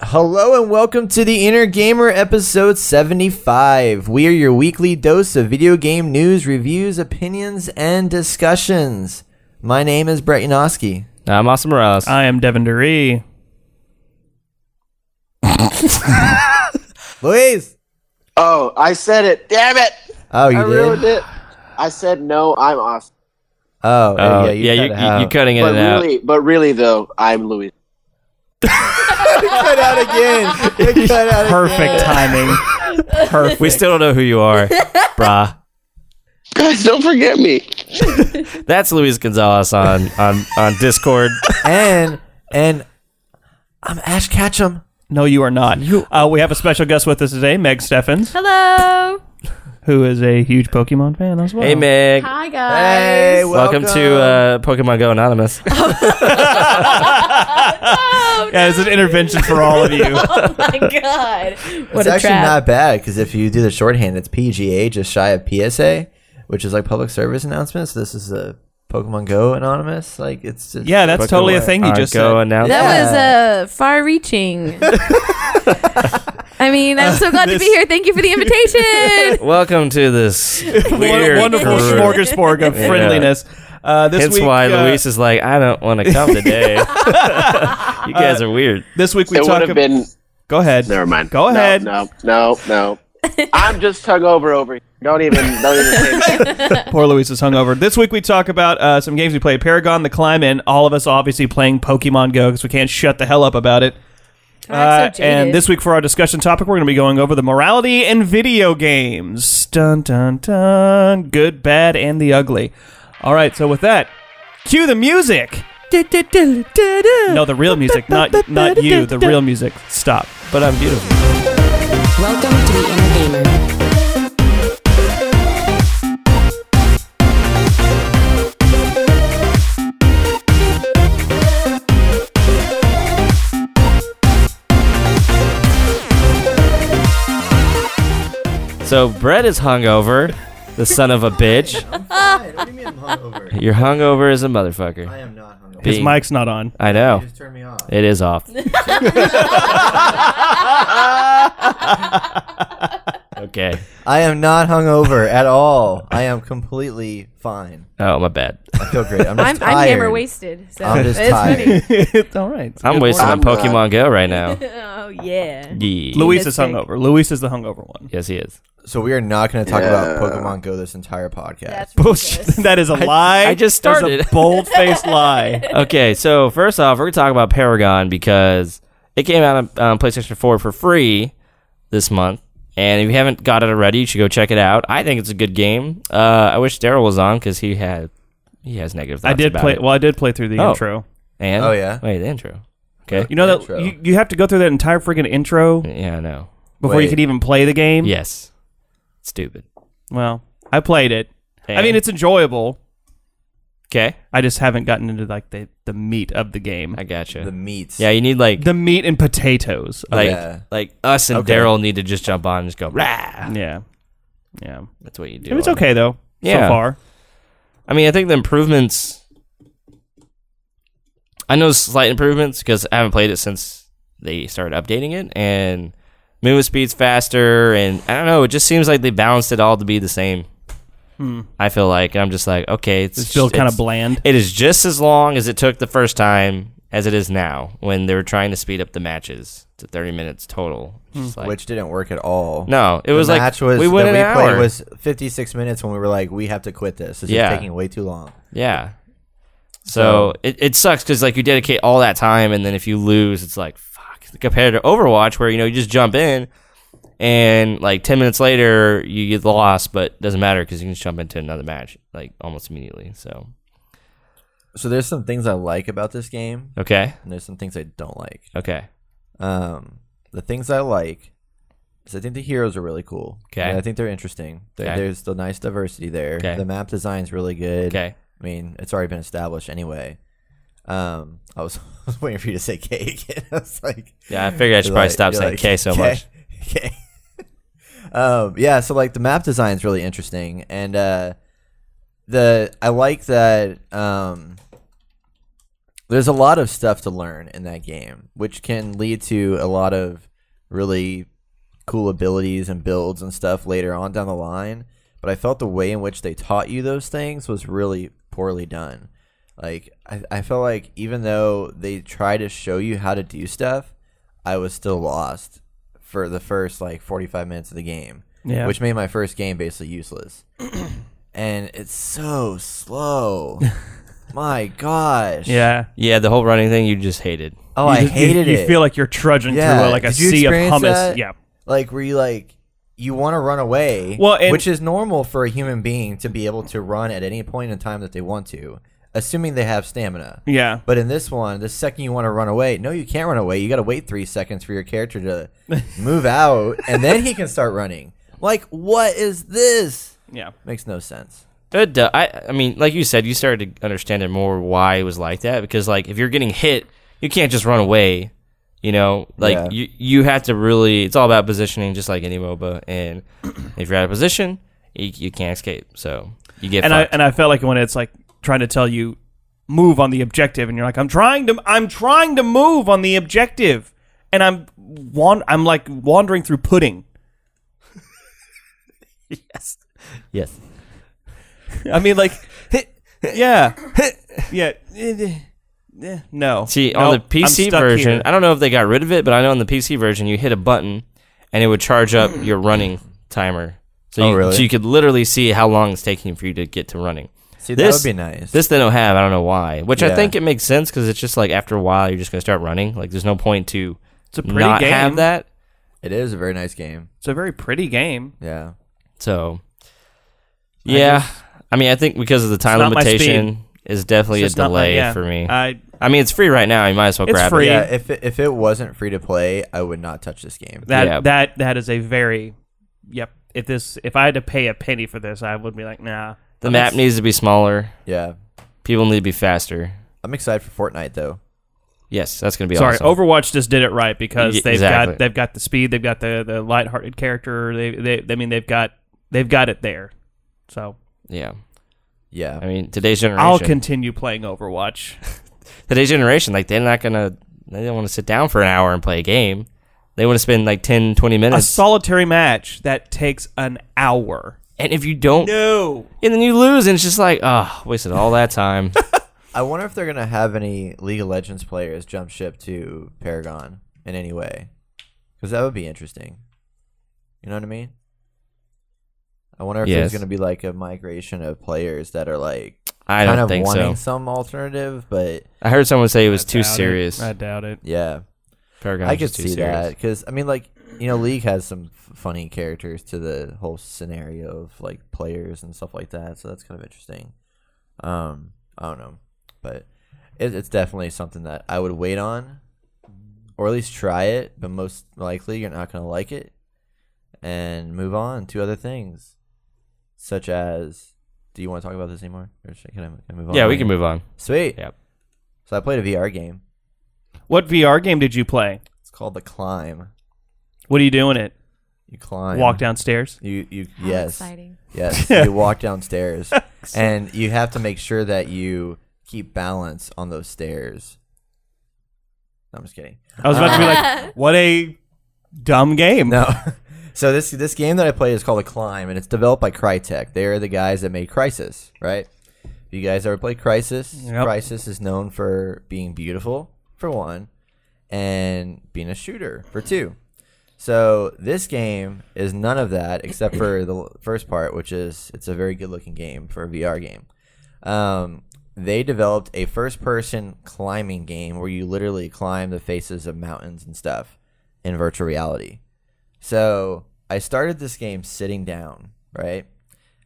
Hello and welcome to the Inner Gamer episode 75. We are your weekly dose of video game news, reviews, opinions, and discussions. My name is Brett Yanofsky. I'm Austin Uh, Morales. I am Devin Duree. Luis! Oh, I said it. Damn it. Oh, you I did? ruined it. I said no, I'm off. Oh, oh, yeah, you yeah, cut you, it you, out. you're cutting it But out. really, but really though, I'm Louis. cut out again. You cut out Perfect again. timing. Perfect. We still don't know who you are, brah. Guys, don't forget me. That's Luis Gonzalez on on on Discord. And, and I'm Ash Ketchum. no, you are not. Uh, we have a special guest with us today, Meg Steffens, Hello. who is a huge Pokemon fan as well. Hey, Meg. Hi guys. Hey, Welcome, to uh, Pokemon Go Anonymous. Oh, Yeah, it's an intervention for all of you. oh my god. What it's a actually trap. not bad because if you do the shorthand, it's PGA, just shy of PSA, which is like public service announcements. this is a Pokemon Go anonymous. Like it's just Yeah, that's totally a thing you On just Go said. announced. that Yeah. was uh, far reaching. I mean, I'm so glad to be this- here. Thank you for the invitation. Welcome to this weird Wonderful career. smorgasbord of Yeah. friendliness. Uh, this Hence week, why uh, Luis is like, I don't want to come today. you guys are weird. This week we it would talk. have ab- been go ahead. never mind. Go No, ahead. No, no, no. I'm just hung over over here. Don't even don't even say that. Poor Luis is hungover. This week we talk about uh, some games we played: Paragon, The Climb, and all of us obviously playing Pokemon Go because we can't shut the hell up about it. I'm so Uh, and jaded. this week for our discussion topic, we're going to be going over the morality in video games. Dun dun dun. Good, bad, and the ugly. All right. So with that, cue the music. No, the real music, not not you. The real music. Stop. But I'm beautiful. Welcome to the Inner Gamer. So Brett is hungover, the son of a bitch. Ah! What do you mean I'm hungover? You're hungover as a motherfucker. I am not hungover. Being- Mike's not on. I know. just turned me off. It is off. okay. I am not hungover at all. I am completely fine. Oh, my bad. I feel great. I'm just I'm, tired. I'm hammer wasted. So I'm just it's tired. funny. all right. I'm wasting on morning. I'm Pokemon Go right now. Oh yeah. Yeah. Luis is Mistake. hungover. Luis is the hungover one. Yes, he is. So we are not going to talk Yeah. about Pokemon Go this entire podcast. That's Bullshit. ridiculous. That is a lie. I just That is started. a bold-faced lie. Okay, so first off, we're going to talk about Paragon because it came out on um, PlayStation 4 for free this month. And if you haven't got it already, you should go check it out. I think it's a good game. Uh, I wish Daryl was on because he had he has negative thoughts I did about play. it. Well, I did play through the Oh. intro. And, Oh, yeah? Wait, the intro. Okay. You know that Intro. you, you have to go through that entire freaking intro Yeah, I know. before Wait. you can even play the game. Yes. Stupid. Well, I played it. I And- mean, it's enjoyable. okay. I just haven't gotten into like the the meat of the game, I gotcha. The meats. yeah, you need like the meat and potatoes. of like it. Yeah. like us and Okay. Daryl need to just jump on and just go. Rah! yeah, yeah. And That's what you do. it's on- okay though. Yeah. So far, I mean, I think the improvements. I know slight improvements because I haven't played it since they started updating it, and movement speed's faster, and I don't know. It just seems like they balanced it all to be the same. I feel like I'm just like okay, it's, Hmm. it's still just- kind it's- Oh, of bland. It is just as long as it took the first time as it is now when they were trying to speed up the matches to 30 minutes total. Just like- Hmm. Which didn't work at all. no, it was the like match was we went that an we played hour. was 56 minutes when we were like we have to quit this. This Yeah. is taking way too long. yeah. So it, it sucks because like you dedicate all that time and then if you lose, it's like fuck. Compared to Overwatch, where you know you just jump in and like 10 minutes later you get lost, but doesn't matter because you can just jump into another match like almost immediately. So So there's some things I like about this game okay, and there's some things I don't like. okay, Um, the things I like is I think the heroes are really cool. Okay. And I think they're interesting. There- Okay. There's the nice diversity there. Okay. The map design's really good. okay. I mean, it's already been established anyway. Um, I was, I was waiting for you to say K again. I was like, Yeah, I figured I should You're probably like- stop you're saying like, K so "K, much. K. um, yeah, so like the map design is really interesting, and uh, the I like that um, there's a lot of stuff to learn in that game, which can lead to a lot of really cool abilities and builds and stuff later on down the line. But I felt the way in which they taught you those things was really poorly done. Like I, I felt like even though they try to show you how to do stuff, I was still lost for the first like 45 minutes of the game, Yeah. which made my first game basically useless. and it's so slow. my gosh. Yeah. Yeah, the whole running thing you just hated. Oh, You I just- you- hated you, it. feel like you're trudging through Yeah. a, like a Did you sea of experience hummus. that? Yeah. like where you like you want to run away Well, and- which is normal for a human being to be able to run at any point in time that they want to assuming they have stamina Yeah. but in this one the second you want to run away no you can't run away you got to wait three seconds for your character to move out and then he can start running like what is this Yeah. makes no sense It, do- uh, I, I mean, like you said, you started to understand it more why it was like that because, like, if you're getting hit, you can't just run away. You know, like Yeah. you you have to really. It's all about positioning, just like any MOBA. And if you're out of position, you, you can't escape. So you get. And I fucked. and I felt like when it's like trying to tell you move on the objective and you're like I'm trying to I'm trying to move on the objective and I'm wan- I'm like wandering through pudding. yes. I mean like yeah. yeah. Eh, No. See, Nope, on the I'm PC stuck version, here. I don't know if they got rid of it, but I know on the PC version, you hit a button and it would charge up your running timer. So Oh, you, really? So you could literally see how long it's taking for you to get to running. see This- that would be nice This they don't have. I don't know why. Which I Yeah. think it makes sense because it's just like after a while, you're just going to start running. Like there's no point to it's a pretty not game. have that. it is a very nice game It's a very pretty game. yeah So, yeah. I, mean, I think because of the time not my limitation is definitely a It's just not my- delay yeah. for me. I, I mean, it's free right now. You might as well It's grab free. it. yeah Uh, if it, if it wasn't free to play i would not touch this game that Yeah. that that is a very yep. If this if I had to pay a penny for this, I would be like, nah. The map needs to be smaller. yeah People need to be faster. i'm excited for fortnite though Yes, that's going to be Sorry, awesome. Overwatch just did it right because Y- they've exactly. got they've got the speed, they've got the the lighthearted character. They they I mean they've got they've got it there. So Yeah, yeah I mean today's generation. I'll continue playing Overwatch. today's generation, like they're not going to. They don't want to sit down for an hour and play a game. They want to spend like 10, 20 A minutes. solitary match that takes an hour. and if you don't No. and then you lose, and it's just like, oh, wasted all that time. I wonder if they're gonna have any League of Legends players jump ship to Paragon in any way, because that would be interesting. You know what I mean? I wonder if Yes. there's gonna be like a migration of players that are like I kind don't of think wanting so. some alternative, but I heard someone say it was I too doubt it. serious. I doubt it. yeah, Paragon I was could too see that because I mean, like you know, League has some f- funny characters to the whole scenario of like players and stuff like that, so that's kind of interesting. Um, I don't know, but it, it's definitely something that I would wait on, or at least try it. But most likely, you're not gonna like it, and move on to other things, such as. Do you want to talk about this anymore, or should, can, I, can I move on? Yeah, we can move on. Sweet. Yep. So I played a VR game. What VR game did you play? It's called The Climb. What do you do in it? You climb. Walk downstairs. You you How yes. exciting. Yes, you walk downstairs, and you have to make sure that you keep balance on those stairs. No, I'm just kidding. I was about to be like, what a dumb game. No, so this this game that I play is called The Climb, and it's developed by Crytek. They are the guys that made Crisis, right? You guys ever played Crisis? Yep. Crisis is known for being beautiful for one, and being a shooter for two. So this game is none of that except for the l- first part, which is it's a very good looking game for a VR game. Um, they developed a first person climbing game where you literally climb the faces of mountains and stuff in virtual reality. So I started this game sitting down, right?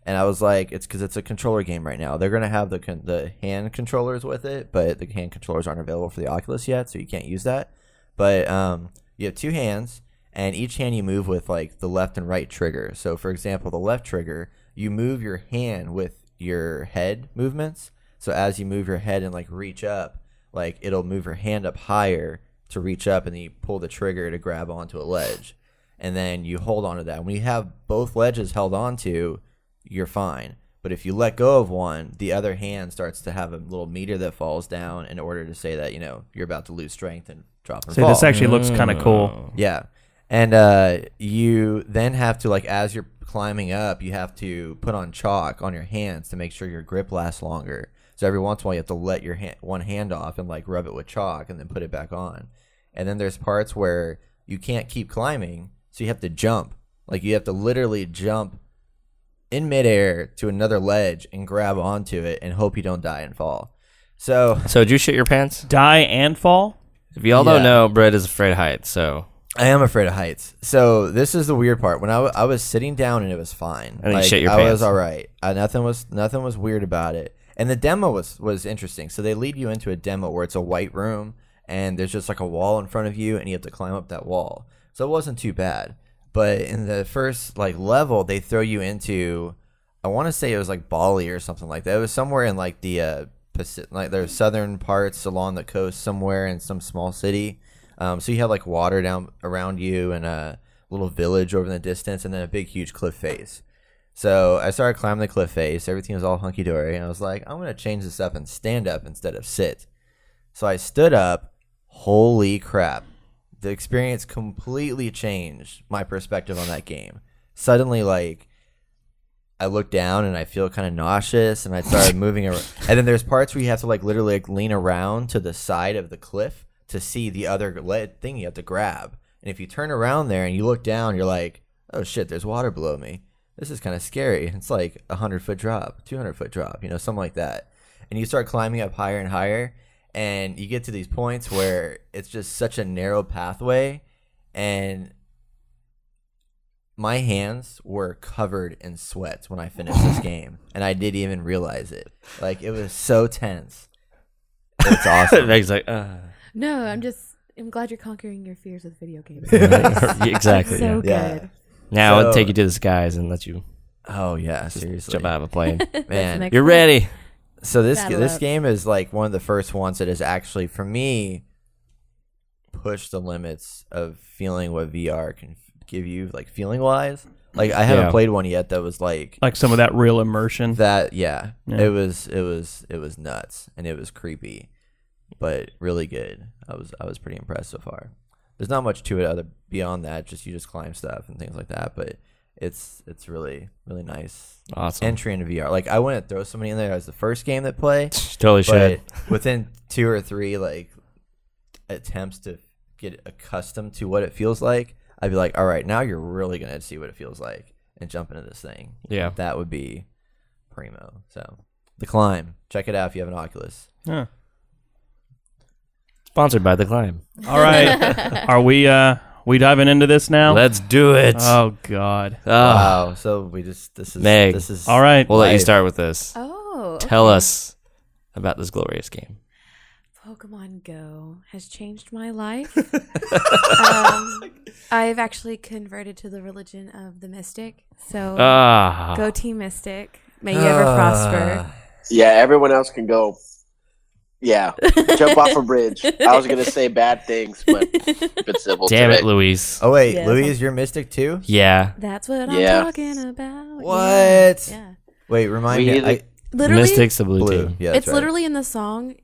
And I was like, it's because it's a controller game right now. They're gonna have the con- the hand controllers with it, but the hand controllers aren't available for the Oculus yet, so you can't use that. But um, you have two hands, and each hand you move with like the left and right trigger. So for example, the left trigger, you move your hand with your head movements. So as you move your head and like reach up, like it'll move your hand up higher to reach up, and then you pull the trigger to grab onto a ledge and then you hold on to that. When you have both ledges held onto, you're fine. But if you let go of one, the other hand starts to have a little meter that falls down in order to say that you know you're about to lose strength and drop and Say fall. this actually looks kind of cool. Yeah. And uh, you then have to like as you're climbing up, you have to put on chalk on your hands to make sure your grip lasts longer. So every once in a while, you have to let your hand, one hand off and like rub it with chalk and then put it back on. And then there's parts where you can't keep climbing, so you have to jump. Like you have to literally jump in midair to another ledge and grab onto it and hope you don't die and fall. So So did you shit your pants? Die and fall. If y'all don't Yeah. know, Brett is afraid of heights. So I am afraid of heights. So this is the weird part. When I wa- I was sitting down and it was fine. then you shit your I pants. was all right. I, nothing was nothing was weird about it. And the demo was was interesting. So they lead you into a demo where it's a white room and there's just like a wall in front of you and you have to climb up that wall. So it wasn't too bad. But in the first like level, they throw you into I want to say it was like Bali or something like that. It was somewhere in like the uh, Pacific, like their southern parts along the coast, somewhere in some small city. Um, so you have like water down around you and a little village over in the distance, and then a big, huge cliff face. So I started climbing the cliff face. Everything was all hunky dory, and I was like, I'm gonna change this up and stand up instead of sit. So I stood up. Holy crap! The experience completely changed my perspective on that game. Suddenly, like I look down and I feel kind of nauseous, and I started moving around. And then there's parts where you have to like literally like lean around to the side of the cliff to see the other lead thing you have to grab. And if you turn around there and you look down, you're like, oh shit, there's water below me. This is kind of scary. It's like a hundred foot drop, two hundred foot drop, you know, something like that. And you start climbing up higher and higher, and you get to these points where it's just such a narrow pathway, and my hands were covered in sweat when I finished this game, and I didn't even realize it. Like it was so tense. It's awesome. Meg's like, uh. No, I'm just. I'm glad you're conquering your fears with video games. exactly. so yeah. Yeah. good. Now I'll So- take you to the skies and let you oh yeah, seriously, jump out of a plane. man. next You're one. ready. So this Saddle this up. game is like one of the first ones that has actually, for me, pushed the limits of feeling what VR can f- give you, like feeling wise. Like I haven't Yeah. played one yet that was like Like some of that real immersion. that. Yeah, Yeah. it was it was it was nuts and it was creepy, but really good. I was I was pretty impressed so far. There's not much to it other beyond that. Just you just climb stuff and things like that, but it's it's really really nice Awesome. entry into VR. Like I wouldn't throw somebody in there as the first game that play totally should. but within two or three like attempts to get accustomed to what it feels like i'd be like all right now you're really gonna see what it feels like and jump into this thing Yeah. that would be primo so the climb check it out if you have an oculus Huh. Sponsored by The Climb. All right. Are we uh we diving into this now? Let's do it. oh god. Ah. wow so we just this is Meg. this is All right. we'll let you Life. start with this. Oh, Tell us about this glorious game. Pokemon Go has changed my life. um, I've actually converted to the religion of the mystic. So Ah. Oh. go Team Mystic. May you ever prosper. Yeah, everyone else can go. Yeah, jump off a bridge. I was gonna say bad things, but but civil. Damn today. it, Luis. oh wait Yeah. louise you're mystic too Yeah. That's what Yeah. I'm talking about. Yeah. What? Yeah. wait remind We me either- I, Literally, Mystics the blue, blue team. yeah that's it's right. literally in the song.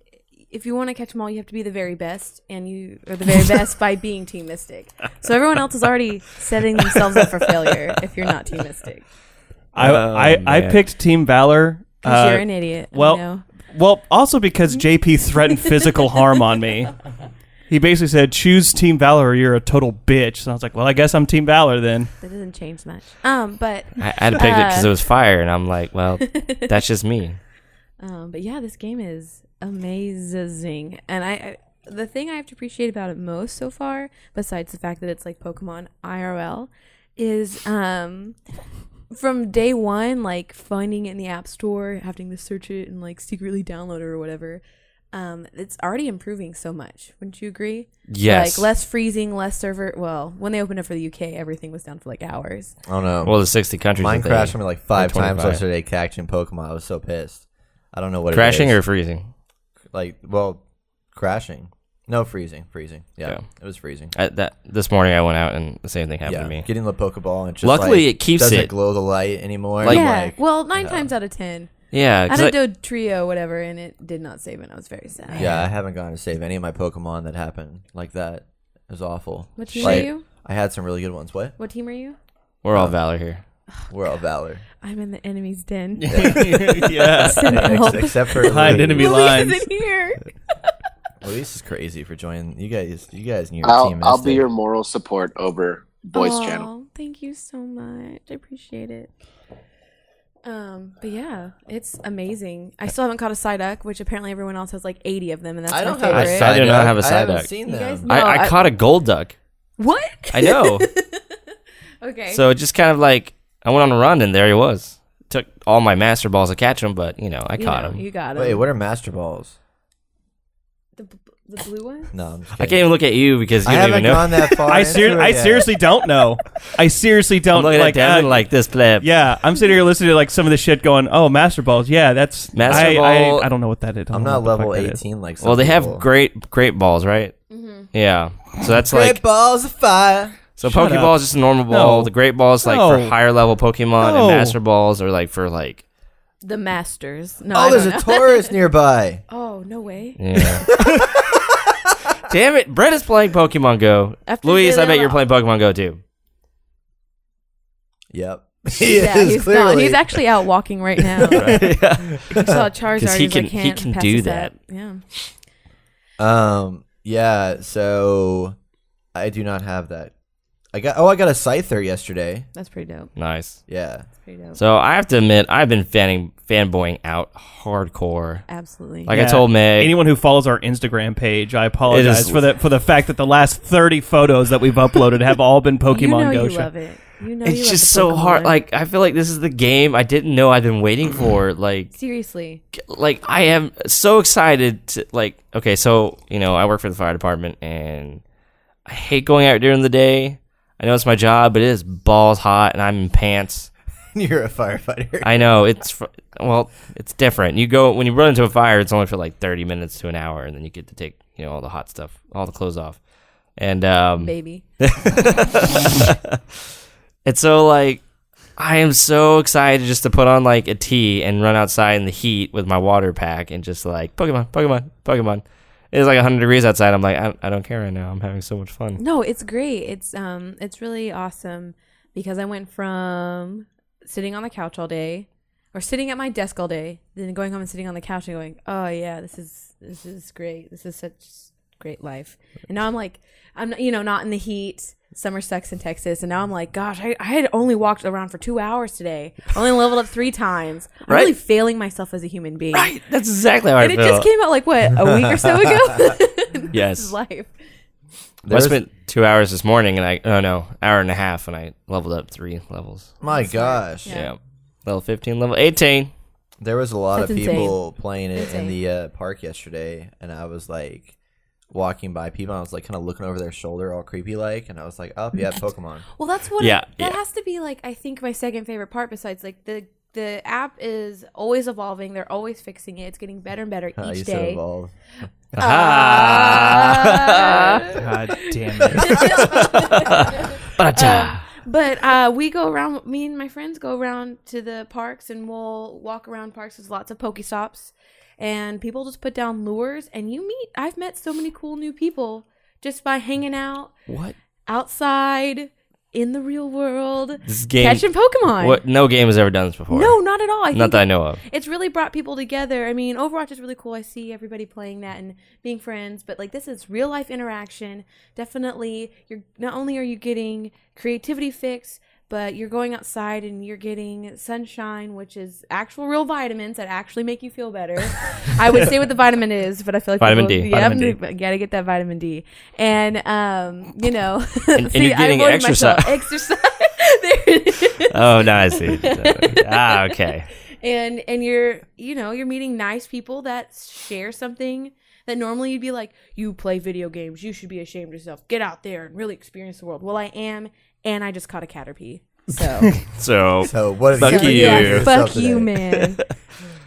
If you want to catch them all, you have to be the very best, and you are the very best by being Team Mystic. So everyone else is already setting themselves up for failure if you're not Team Mystic. I Oh, I, I man. picked Team Valor. Because uh, you're an idiot. I well- know. Well, also because JP threatened physical harm on me. He basically said, "Choose Team Valor, or you're a total bitch." So I was like, "Well, I guess I'm Team Valor then." that doesn't change much. Um, but I, I had to pick it because it was fire, and I'm like, well, that's just me. Um, but yeah, this game is amazing, and I, I the thing I have to appreciate about it most so far, besides the fact that it's like Pokemon IRL, is um, from day one, like finding it in the App Store, having to search it and like secretly download it or whatever. Um, it's already improving so much. Wouldn't you agree? Yes. Like less freezing, less server. Well, when they opened it for the UK, everything was down for like hours. i don't know well, the 60 countries. mine that they- crashed on me like five times 25. yesterday catching pokemon i was so pissed i don't know what Crashing it is. or freezing? like well crashing No, freezing, freezing. Yeah, Yeah. it was freezing. I, that this morning I went out and the same thing happened Yeah, to me. getting the Pokeball and just Luckily, like, it keeps doesn't it. glow the light anymore. Like- yeah. like, well, nine times out of ten. Yeah, I 'cause had I- a do trio, whatever, and it did not save, and I was very sad. yeah, I haven't gotten to save any of my Pokemon that happened like that. It was awful. What team Like, are you? I had some really good ones. What? What team are you? we're all valor here. We're all Valor, I'm in the enemy's den. yeah. Send help. Ex- except for Hide Luis. enemy Police lines. isn't here. Luis is crazy for joining. You guys, you guys knew your I'll, team. I'll missed be it. your moral support over Boys Aw, Channel. Thank you so much. I appreciate it. Um, but yeah, it's amazing. I still haven't caught a Psyduck, which apparently everyone else has like 80 of them, and that's I my don't have favorite. a I Psyduck. do not have a I haven't Psyduck. seen You guys them. No, I, I I- caught a gold duck. what? I know. okay. so it just kind of like I went on a run and there he was. Took all my master balls to catch him, but you know I You caught know, him. You got him. Wait, what are Master Balls? The, b- the blue one? No, I'm just I kidding. can't even look at you because you I don't haven't even know. gone that far. I, into ser- it I yet. seriously don't know. I seriously I'm don't looking like. at Devin uh, like this pleb. yeah, I'm sitting here listening to like some of the shit going. Oh, Master Balls. Yeah, that's Master I, Ball- I, I don't know what that is. I I'm Oh, don't know not what the level fuck that is. 18 like. Some Well, they people. have great great balls, right? Mm-hmm. Yeah. So that's Great like balls of fire. So Shut Pokeball up. is just a normal ball. No. The Great Ball is like for No. higher level Pokemon, and No. Master Balls are like for like The Masters. No, I Oh, there's don't a know. Taurus nearby. Oh, no way. yeah. Damn it, Brett is playing Pokemon Go. After Luis, I Daily bet you're Allo- playing Pokemon Go too. Yep. He yeah, is he's clearly. not. He's actually out walking right now. I saw Charizard. he he's like, can- he "Can't can pass do this that." up." Yeah. Um. Yeah. So I do not have that. I got. Oh, I got a Scyther yesterday. That's pretty dope. Nice. Yeah. That's pretty dope. So I have to admit, I've been fanning, fanboying out hardcore. Absolutely. Like I Yeah. told Meg, Anyone who follows our Instagram page, I apologize It is- for the for the fact that the last 30 photos that we've uploaded have all been Pokemon you know Go. you shit. love it. You know you it's love just the so hard. Pokemon. Like I feel like this is the game I didn't know I've been waiting for. Like seriously, like I am so excited to like okay, so you know, I work for the fire department and I hate going out during the day. I know it's my job, but it is balls hot and I'm in pants. You're a firefighter. I know it's fr- well, it's different. You go when you run into a fire, it's only for like 30 minutes to an hour and then you get to take, you know, all the hot stuff, all the clothes off. And um baby. And so like I am so excited just to put on like a tee and run outside in the heat with my water pack and just like Pokemon, Pokemon, Pokemon. It's like 100 degrees outside. I'm like, I, I don't care right now. I'm having so much fun. No, it's great. It's um, it's really awesome because I went from sitting on the couch all day, or sitting at my desk all day, then going home and sitting on the couch and going, oh yeah, this is this is great. This is such great life. And now I'm like, I'm not- you know not in the heat. Summer sucks in Texas, and now I'm like, gosh, I, I had only walked around for two hours today. I only leveled up three times. I'm Right. really failing myself as a human being. That's exactly how I And it feel. just came out like what a week or so ago. This Yes. is life. I spent two hours this morning and I, oh no, hour and a half and I leveled up three levels. My gosh. Yeah. Yeah. Level 15, level 18. There was a lot That's of insane. people playing it in Insane. the uh, park yesterday, and I was like walking by people, and I was like kind of looking over their shoulder, all creepy like, and I was like, "Oh, yeah, Pokemon." Well, that's what. Yeah, that yeah. has to be like I think my second favorite part. Besides, like the the app is always evolving. They're always fixing it. It's getting better and better I each used to day. evolve. God damn it. But uh, we go around. Me and my friends go around to the parks, and we'll walk around parks. There's lots of Pokestops, and people just put down lures, and you meet. I've met so many cool new people just by hanging out What? outside in the real world, This game. catching Pokemon. What? No game has ever done this before. No, not at all. I think Not that I it- know of. It's really brought people together. I mean, Overwatch is really cool. I see everybody playing that and being friends, but like this is real life interaction. Definitely, you're not only are you getting creativity fix, but you're going outside and you're getting sunshine, which is actual real vitamins that actually make you feel better. I would say what the vitamin is, but I feel like Vitamin D, Yep, vitamin you gotta get that vitamin D, and um, you know, and you're getting avoided myself. exercise. Exercise. There it is Oh, no, I see. ah, okay. and and you're you know you're meeting nice people that share something that normally you'd be like you play video games you should be ashamed of yourself get out there and really experience the world well i am and i just caught a caterpie So So So what? Fuck you've been you. doing for yeah, yourself fuck today. you, man.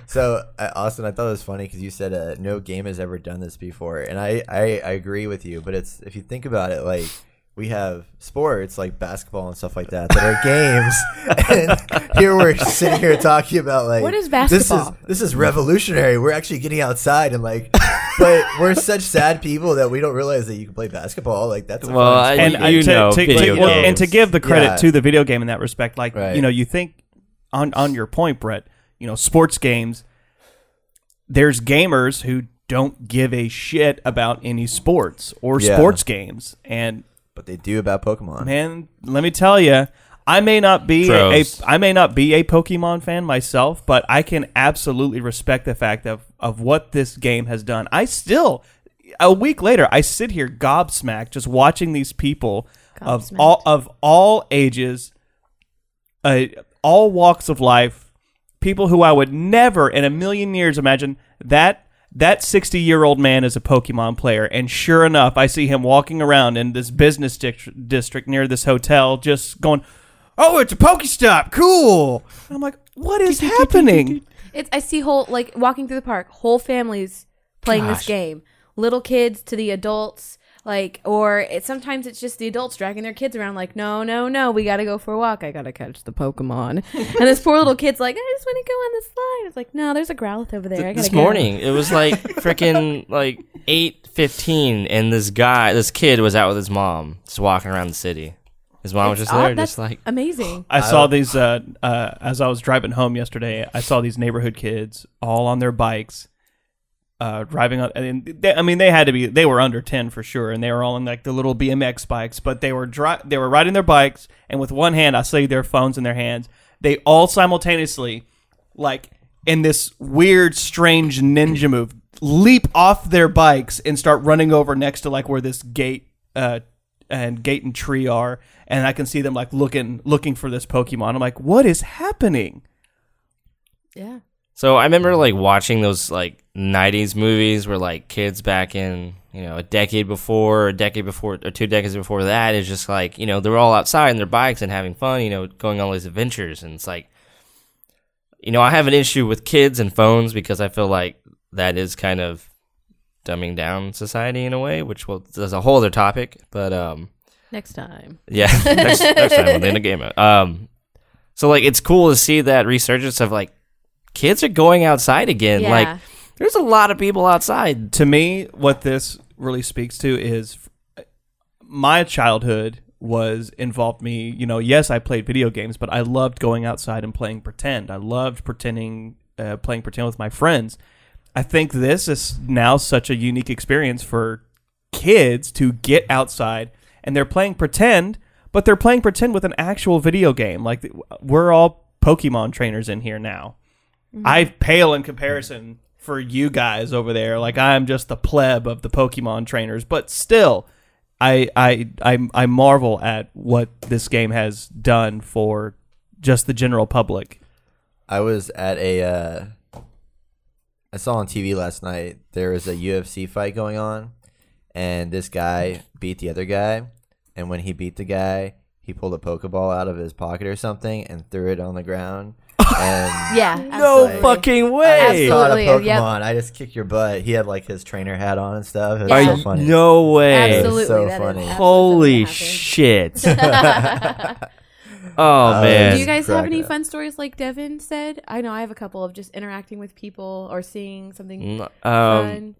So uh, Austin, I thought it was funny because you said uh, no game has ever done this before, and I, I I agree with you. But it's if you think about it, like we have sports like basketball and stuff like that that are games, and here we're sitting here talking about like What is basketball? This is this is revolutionary. We're actually getting outside and like, but we're such sad people that we don't realize that you can play basketball. Like that's a Well, fun I- sport. and you I- to, know, to- video to- well, and games. to give the credit Yeah. to the video game in that respect, like Right. you know, you think on on your point, Brett. You know, sports games. There's gamers who don't give a shit about any sports or Yeah. sports games, and but they do about Pokemon. man, let me tell you, I may not be a, a Pros. I may not be a Pokemon fan myself, but I can absolutely respect the fact of of what this game has done. I still a week later, I sit here gobsmacked just watching these people of Gobsmacked. all of all ages, uh, all walks of life, people who I would never in a million years imagine that that 60 year old man is a Pokemon player. And sure enough, I see him walking around in this business district, district near this hotel, just going, Oh, it's a Pokestop. Cool. And I'm like, What is happening? It's I see whole like walking through the park, whole families playing this game. Little kids to the adults, like or it, sometimes it's just the adults dragging their kids around like, "No, no, no, we got to go for a walk. I got to catch the Pokemon." and this poor little kid's like, "I just want to go on the slide." It's like, "No, there's a Growlithe over there." I gotta this go." morning it was like freaking like eight fifteen, and this guy, this kid, was out with his mom, just walking around the city. His mom was It's just aw- there, Ah, that's just like amazing. I saw these uh, uh, as I was driving home yesterday. I saw these neighborhood kids all on their bikes, uh, driving on. And they, I mean, they had to be. They were under ten for sure, and they were all on like the little BMX bikes. But they were dri- They were riding their bikes, and with one hand, I see their phones in their hands. They all simultaneously, like in this weird, strange ninja move, leap off their bikes and start running over next to like where this gate. Uh, and gate and tree are and i can see them like looking looking for this pokemon i'm like what is happening Yeah. So I remember like watching those like '90s movies where like kids back in you know a decade before, a decade before, or two decades before that is just like you know they're all outside on their bikes and having fun, you know, going on all these adventures, and it's like, you know, I have an issue with kids and phones because I feel like that is kind of dumbing down society in a way, which will there's a whole other topic, but um, Next time. yeah, next, next time on the end of game. Um, so like it's cool to see that resurgence of like kids are going outside again. Yeah. Like there's a lot of people outside. to me what this really speaks to is f- my childhood was involved me you know yes i played video games but i loved going outside and playing pretend i loved pretending uh, playing pretend with my friends i think this is now such a unique experience for kids to get outside and they're playing pretend but they're playing pretend with an actual video game like th- we're all pokemon trainers in here now I pale in comparison for you guys over there. Like I'm just the pleb of the Pokemon trainers, but still, I I I, I marvel at what this game has done for just the general public. I was at a. Uh, I saw on TV last night there was a UFC fight going on, and this guy beat the other guy, and when he beat the guy, he pulled a pokeball out of his pocket or something and threw it on the ground. And Yeah. No absolutely. Fucking I way. saw it a Pokemon. Absolutely, yep. I just kick your butt. He had like his trainer hat on and stuff. It was Are so you- funny. No way. Absolutely. so that is funny. absolutely Holy something that happened. shit. oh Do you man. guys have any Cracker. fun stories like Devin said? I know I have a couple of just interacting with people or seeing something Um, fun.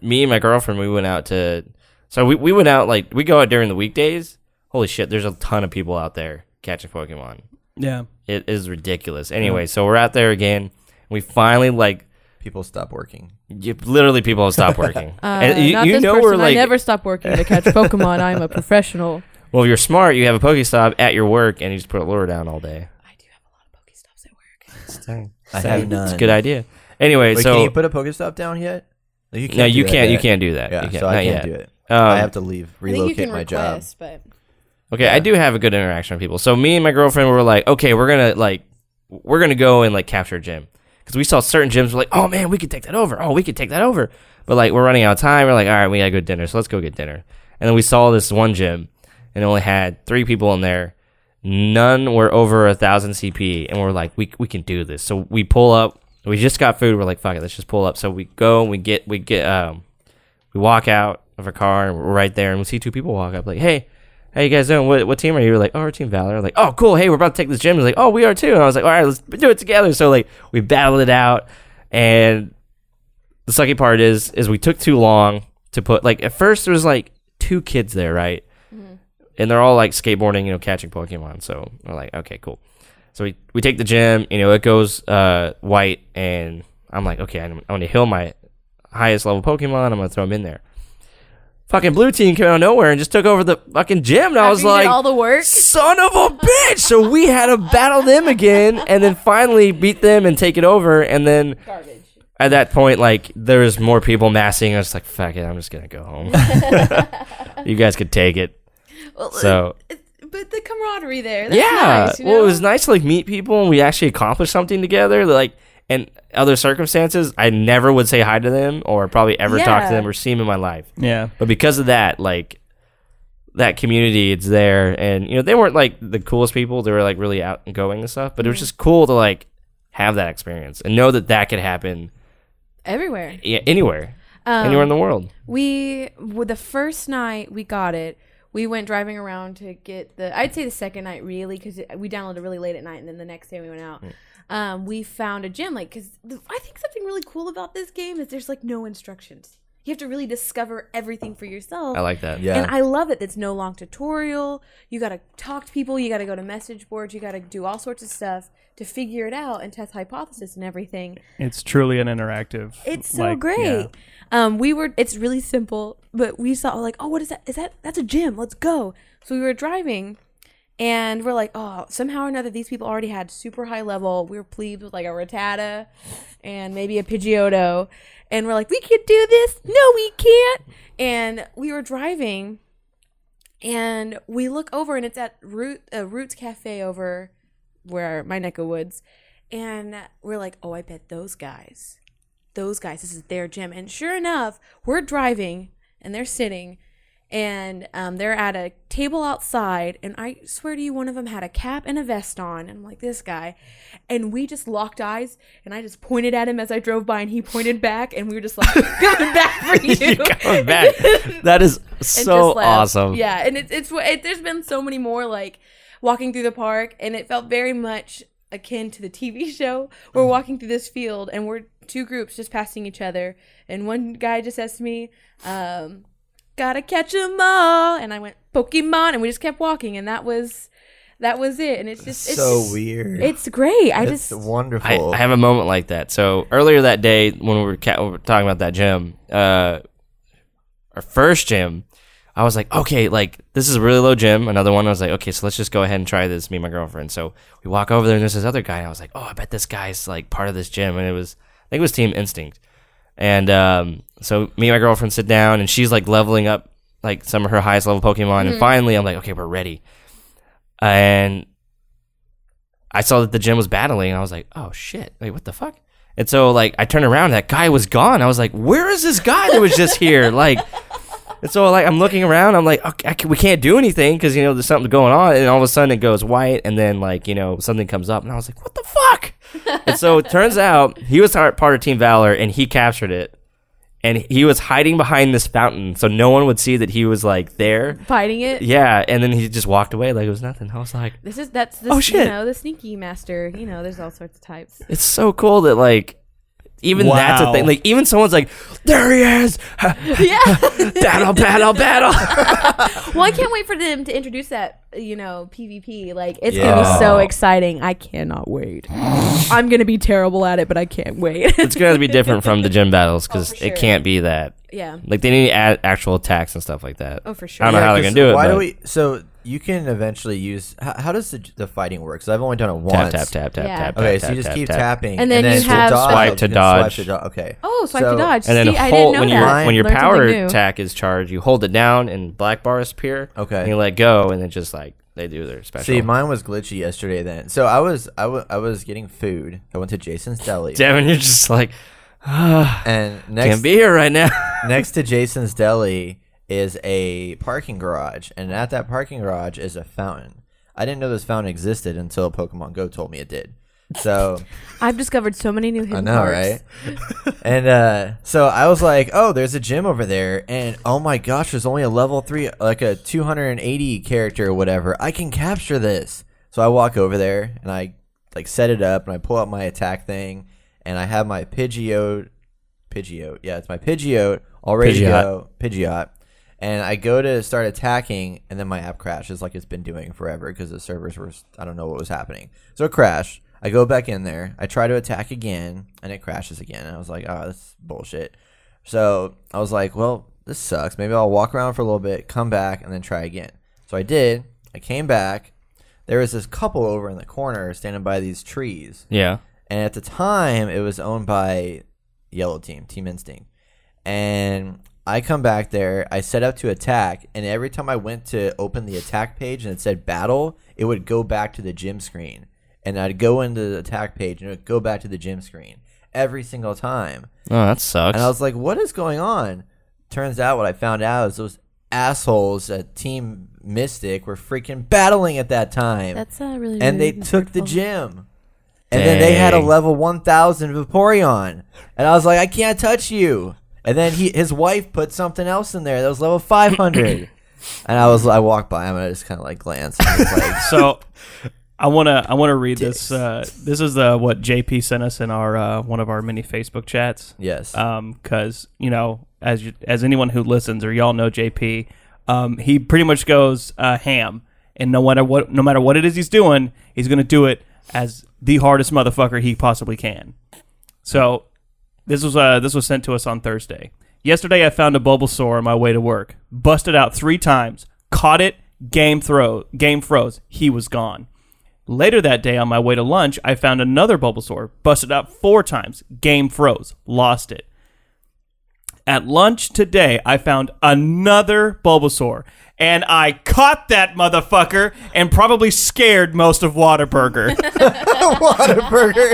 me and my girlfriend, we went out to. So we, we went out like we go out during the weekdays. Holy shit! There's a ton of people out there catching Pokemon. Yeah, It is ridiculous. Anyway, so we're out there again. We finally like People stop working. you, literally people have stopped working. Uh, and you, not you this know person. we're like I never stop working to catch Pokemon. I'm a professional. well, if you're smart, you have a Pokestop at your work and you just put a lure down all day. I do have a lot of Pokestops at work. I have It's a none. good idea. Anyway, Wait, so can you put a Pokestop down yet? No, you no, do you that can't. You yet. can't do that. Yeah, you can't, so I not can't yet. do it. Um, I have to leave, relocate my job. job. but Okay, I do have a good interaction with people. So me and my girlfriend were like, okay, we're gonna like, we're gonna go and like capture a gym because we saw certain gyms. We're like, oh man, we could take that over. Oh, we could take that over. But like, we're running out of time. We're like, all right, we gotta go to dinner. So let's go get dinner. And then we saw this one gym, and it only had three people in there, None were over a thousand CP, and we're like, we we can do this. So we pull up. We just got food. We're like, fuck it, let's just pull up. So we go and we get we get um we walk out of our car and we're right there and we see two people walk up like, hey, how you guys doing? What, what team are you? We're like, oh, we're Team Valor. We're like, oh, cool. Hey, we're about to take this gym. He's like, oh, we are too. And I was like, all right, let's do it together. So like we battled it out, and the sucky part is is we took too long to put like at first there was like two kids there right Mm-hmm. and they're all like skateboarding you know catching pokemon so we're like okay cool so we, we take the gym you know it goes uh white and i'm like okay i'm, I'm gonna heal my highest level pokemon i'm gonna throw him in there fucking blue team came out of nowhere and just took over the fucking gym and i was After you did like all the work? son of a bitch so we had to battle them again and then finally beat them and take it over and then at that point, like there was more people massing. I was like, "Fuck it, I'm just gonna go home." you guys could take it. Well, So it- but the camaraderie there. That's yeah, nice, you well, know? it was nice to like meet people and we actually accomplished something together. Like in other circumstances, I never would say hi to them or probably ever talk to Yeah. them or see them in my life. Yeah. But because of that, like that community, it's there, and you know they weren't like the coolest people. They were like really outgoing and stuff. But Mm-hmm. it was just cool to like have that experience and know that that could happen everywhere. yeah, anywhere, Um, anywhere in the world. We well, the first night we got it. We went driving around to get the. I'd say the second night really because we downloaded really late at night, and then the next day we went Hmm. out. Um, we found a gym like because I think something really cool about this game is there's like no instructions. You have to really discover everything for yourself. I like that. Yeah. And I love it. That's no long tutorial. You got to talk to people. You got to go to message boards. You got to do all sorts of stuff to figure it out and test hypothesis and everything. It's truly an interactive. It's so like, great. yeah. Um, we were. It's really simple, but we saw like, oh, what is that? Is that that's a gym? Let's go. So we were driving, and we're like, oh, somehow or another, these people already had super high level. We were plebes with like a Rattata, and maybe a Pidgeotto, and we're like, we could do this. No, we can't. And we were driving, and we look over, and it's at Root uh, Roots Cafe over where my neck of woods, and we're like, oh, I bet those guys those guys. This is their gym. And sure enough, we're driving and they're sitting and um, they're at a table outside. And I swear to you, one of them had a cap and a vest on. And I'm like, this guy. And we just locked eyes and I just pointed at him as I drove by and he pointed back. And we were just like, coming back for you. coming back. That is and so just laugh. awesome. Yeah, and it's it's it, there's been so many more like walking through the park, and it felt very much akin to the TV show. We're Mm-hmm. walking through this field, and we're two groups just passing each other, and one guy just says to me, um, "Gotta catch 'em all," and I went Pokemon, and we just kept walking, and that was that was it, and it's just it's so just- weird. It's great. I It's just I, wonderful. I have a moment like that. So earlier that day, when we were, ca- we were talking about that gym, uh, our first gym, I was like, okay, like this is a really low gym. Another one, I was like, okay, so let's just go ahead and try this. Me and my girlfriend. So we walk over there, and there's this other guy, and I was like, oh, I bet this guy's like part of this gym. And it was, I think it was Team Instinct. And um, so me and my girlfriend sit down, and she's like leveling up like some of her highest level Pokemon. And finally, I'm like, okay, we're ready. And I saw that the gym was battling, and I was like, "Oh shit! Wait, what the fuck?" And so, like, I turned around, that guy was gone. I was like, "Where is this guy that was just here?" Like, and so, like, I'm looking around, I'm like, okay, I can, "We can't do anything because you know there's something going on." And all of a sudden, it goes white, and then like you know something comes up, and I was like, "What the fuck?" and so it turns out he was part part of Team Valor, and he captured it. And he was hiding behind this fountain, so no one would see that he was like there. fighting it. Yeah, and then he just walked away like it was nothing. I was like, This is that's the Oh, you shit. know the sneaky master. You know, there's all sorts of types. It's so cool that like even that's a Wow. thing. Like even someone's like, there he is. yeah. battle, battle, battle. Well, I can't wait for them to introduce that, you know, PvP. Like, it's going to Yeah. be so exciting. I cannot wait. I'm going to be terrible at it, but I can't wait. it's gonna be different from the gym battles because Oh, sure. it can't be that. yeah. Like they need to add actual attacks and stuff like that. Oh, for I don't know sure. how they're gonna do it. Why but do we? So you can eventually use. How, how does the, the fighting work? Because I've only done it tap, once. tap, tap, tap, Yeah. tap. Okay, tap, so tap, you just tap, keep tap. tapping, And then you to have Swipe to you can dodge. Swipe to dodge. Okay. Oh, swipe So- to dodge. And then See, I didn't hold know when that. your when your Learned something power new. attack is charged, you hold it down and black bars appear. Okay. and you let go, and then just like they do their special. See, mine was glitchy yesterday. Then, so I was I wa- I was getting food. I went to Jason's Deli, Devin, you're just like "Ah, and can't next be here right now. next to Jason's Deli is a parking garage, and at that parking garage is a fountain. I didn't know this fountain existed until Pokemon Go told me it did. So I've discovered so many new hidden I know, parks. right? and uh, so I was like, "Oh, there's a gym over there," and oh my gosh, there's only a level three, like a 280 character or whatever. I can capture this. So I walk over there and I like set it up and I pull out my attack thing and I have my Pidgeot, Pidgeot, yeah, it's my Pidgeot already Pidgeot. go Pidgeot. And I go to start attacking, and then my app crashes like it's been doing forever because the servers were, I don't know what was happening. So it crashed. I go back in there. I try to attack again, and it crashes again. And I was like, oh, that's bullshit. So I was like, well, this sucks. Maybe I'll walk around for a little bit, come back, and then try again. So I did. I came back. There was this couple over in the corner standing by these trees. Yeah. And at the time, it was owned by Yellow Team, Team Instinct. And I come back there, I set up to attack, and every time I went to open the attack page and it said battle, it would go back to the gym screen. And I'd go into the attack page and it would go back to the gym screen every single time. Oh, that sucks. And I was like, what is going on? Turns out what I found out is those assholes at Team Mystic were freaking battling at that time That's uh, really and they rude took the hurtful. gym. And then they had a Dang. level 1000 Vaporeon. And I was like, I can't touch you. And then he, his wife put something else in there that was level 500. and I was I walked by him and I just kind of like glanced. And I was like, so I want to I want to read this. Uh, this is the what JP sent us in our uh, one of our many Facebook chats. yes. Uh, because Um, you know, as you, as anyone who listens or y'all know JP, um, he pretty much goes uh, ham, and no matter what, no matter what it is he's doing, he's gonna do it as the hardest motherfucker he possibly can. So this was uh, this was sent to us on Thursday. Yesterday, I found a Bulbasaur on my way to work. Busted out three times, caught it. Game throw, game froze. He was gone. Later that day, on my way to lunch, I found another Bulbasaur. Busted out four times. Game froze. Lost it. At lunch today, I found another Bulbasaur, and I caught that motherfucker and probably scared most of Waterburger. Whataburger.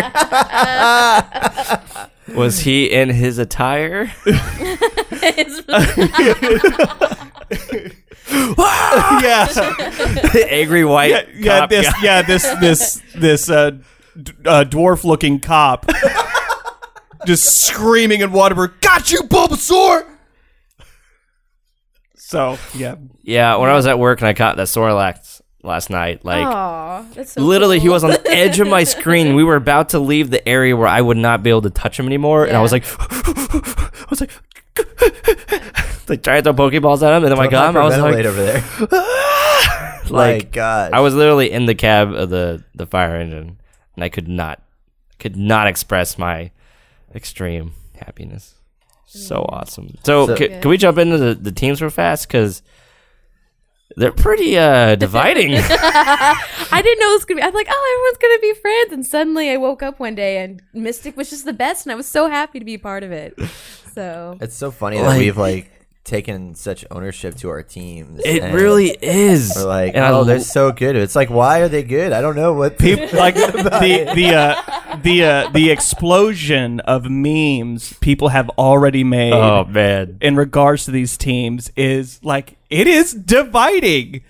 was he in his attire? yeah, the angry white yeah, yeah, cop this, guy. yeah, this, this, this uh, d- uh, dwarf-looking cop just screaming at Waterburger, "Got you, Bulbasaur!" So yeah, Yeah, when I was at work and I caught that Snorlax last night, like Aw, that's so literally he cool. was on the edge of my screen. We were about to leave the area where I would not be able to touch him anymore, and I Yeah. was like, I was like, like trying to throw Pokeballs at him, and then when I got him, I was Hyperventilate like, over there. like, like, God. I was literally in the cab of the the fire engine, and I could not, could not express my extreme happiness. So awesome. So, So- ca- can we jump into the, the teams real fast because they're pretty uh dividing. I didn't know it was gonna be. I'm like, oh, everyone's gonna be friends, and suddenly I woke up one day and Mystic was just the best, and I was so happy to be a part of it. So it's so funny that Like- we've like taken such ownership to our teams. It and really is. We're like, and I oh, lo- they're so good. It's like, why are they good? I don't know what people like the the uh, the uh, the explosion of memes people have already made oh man, in regards to these teams is like it is dividing.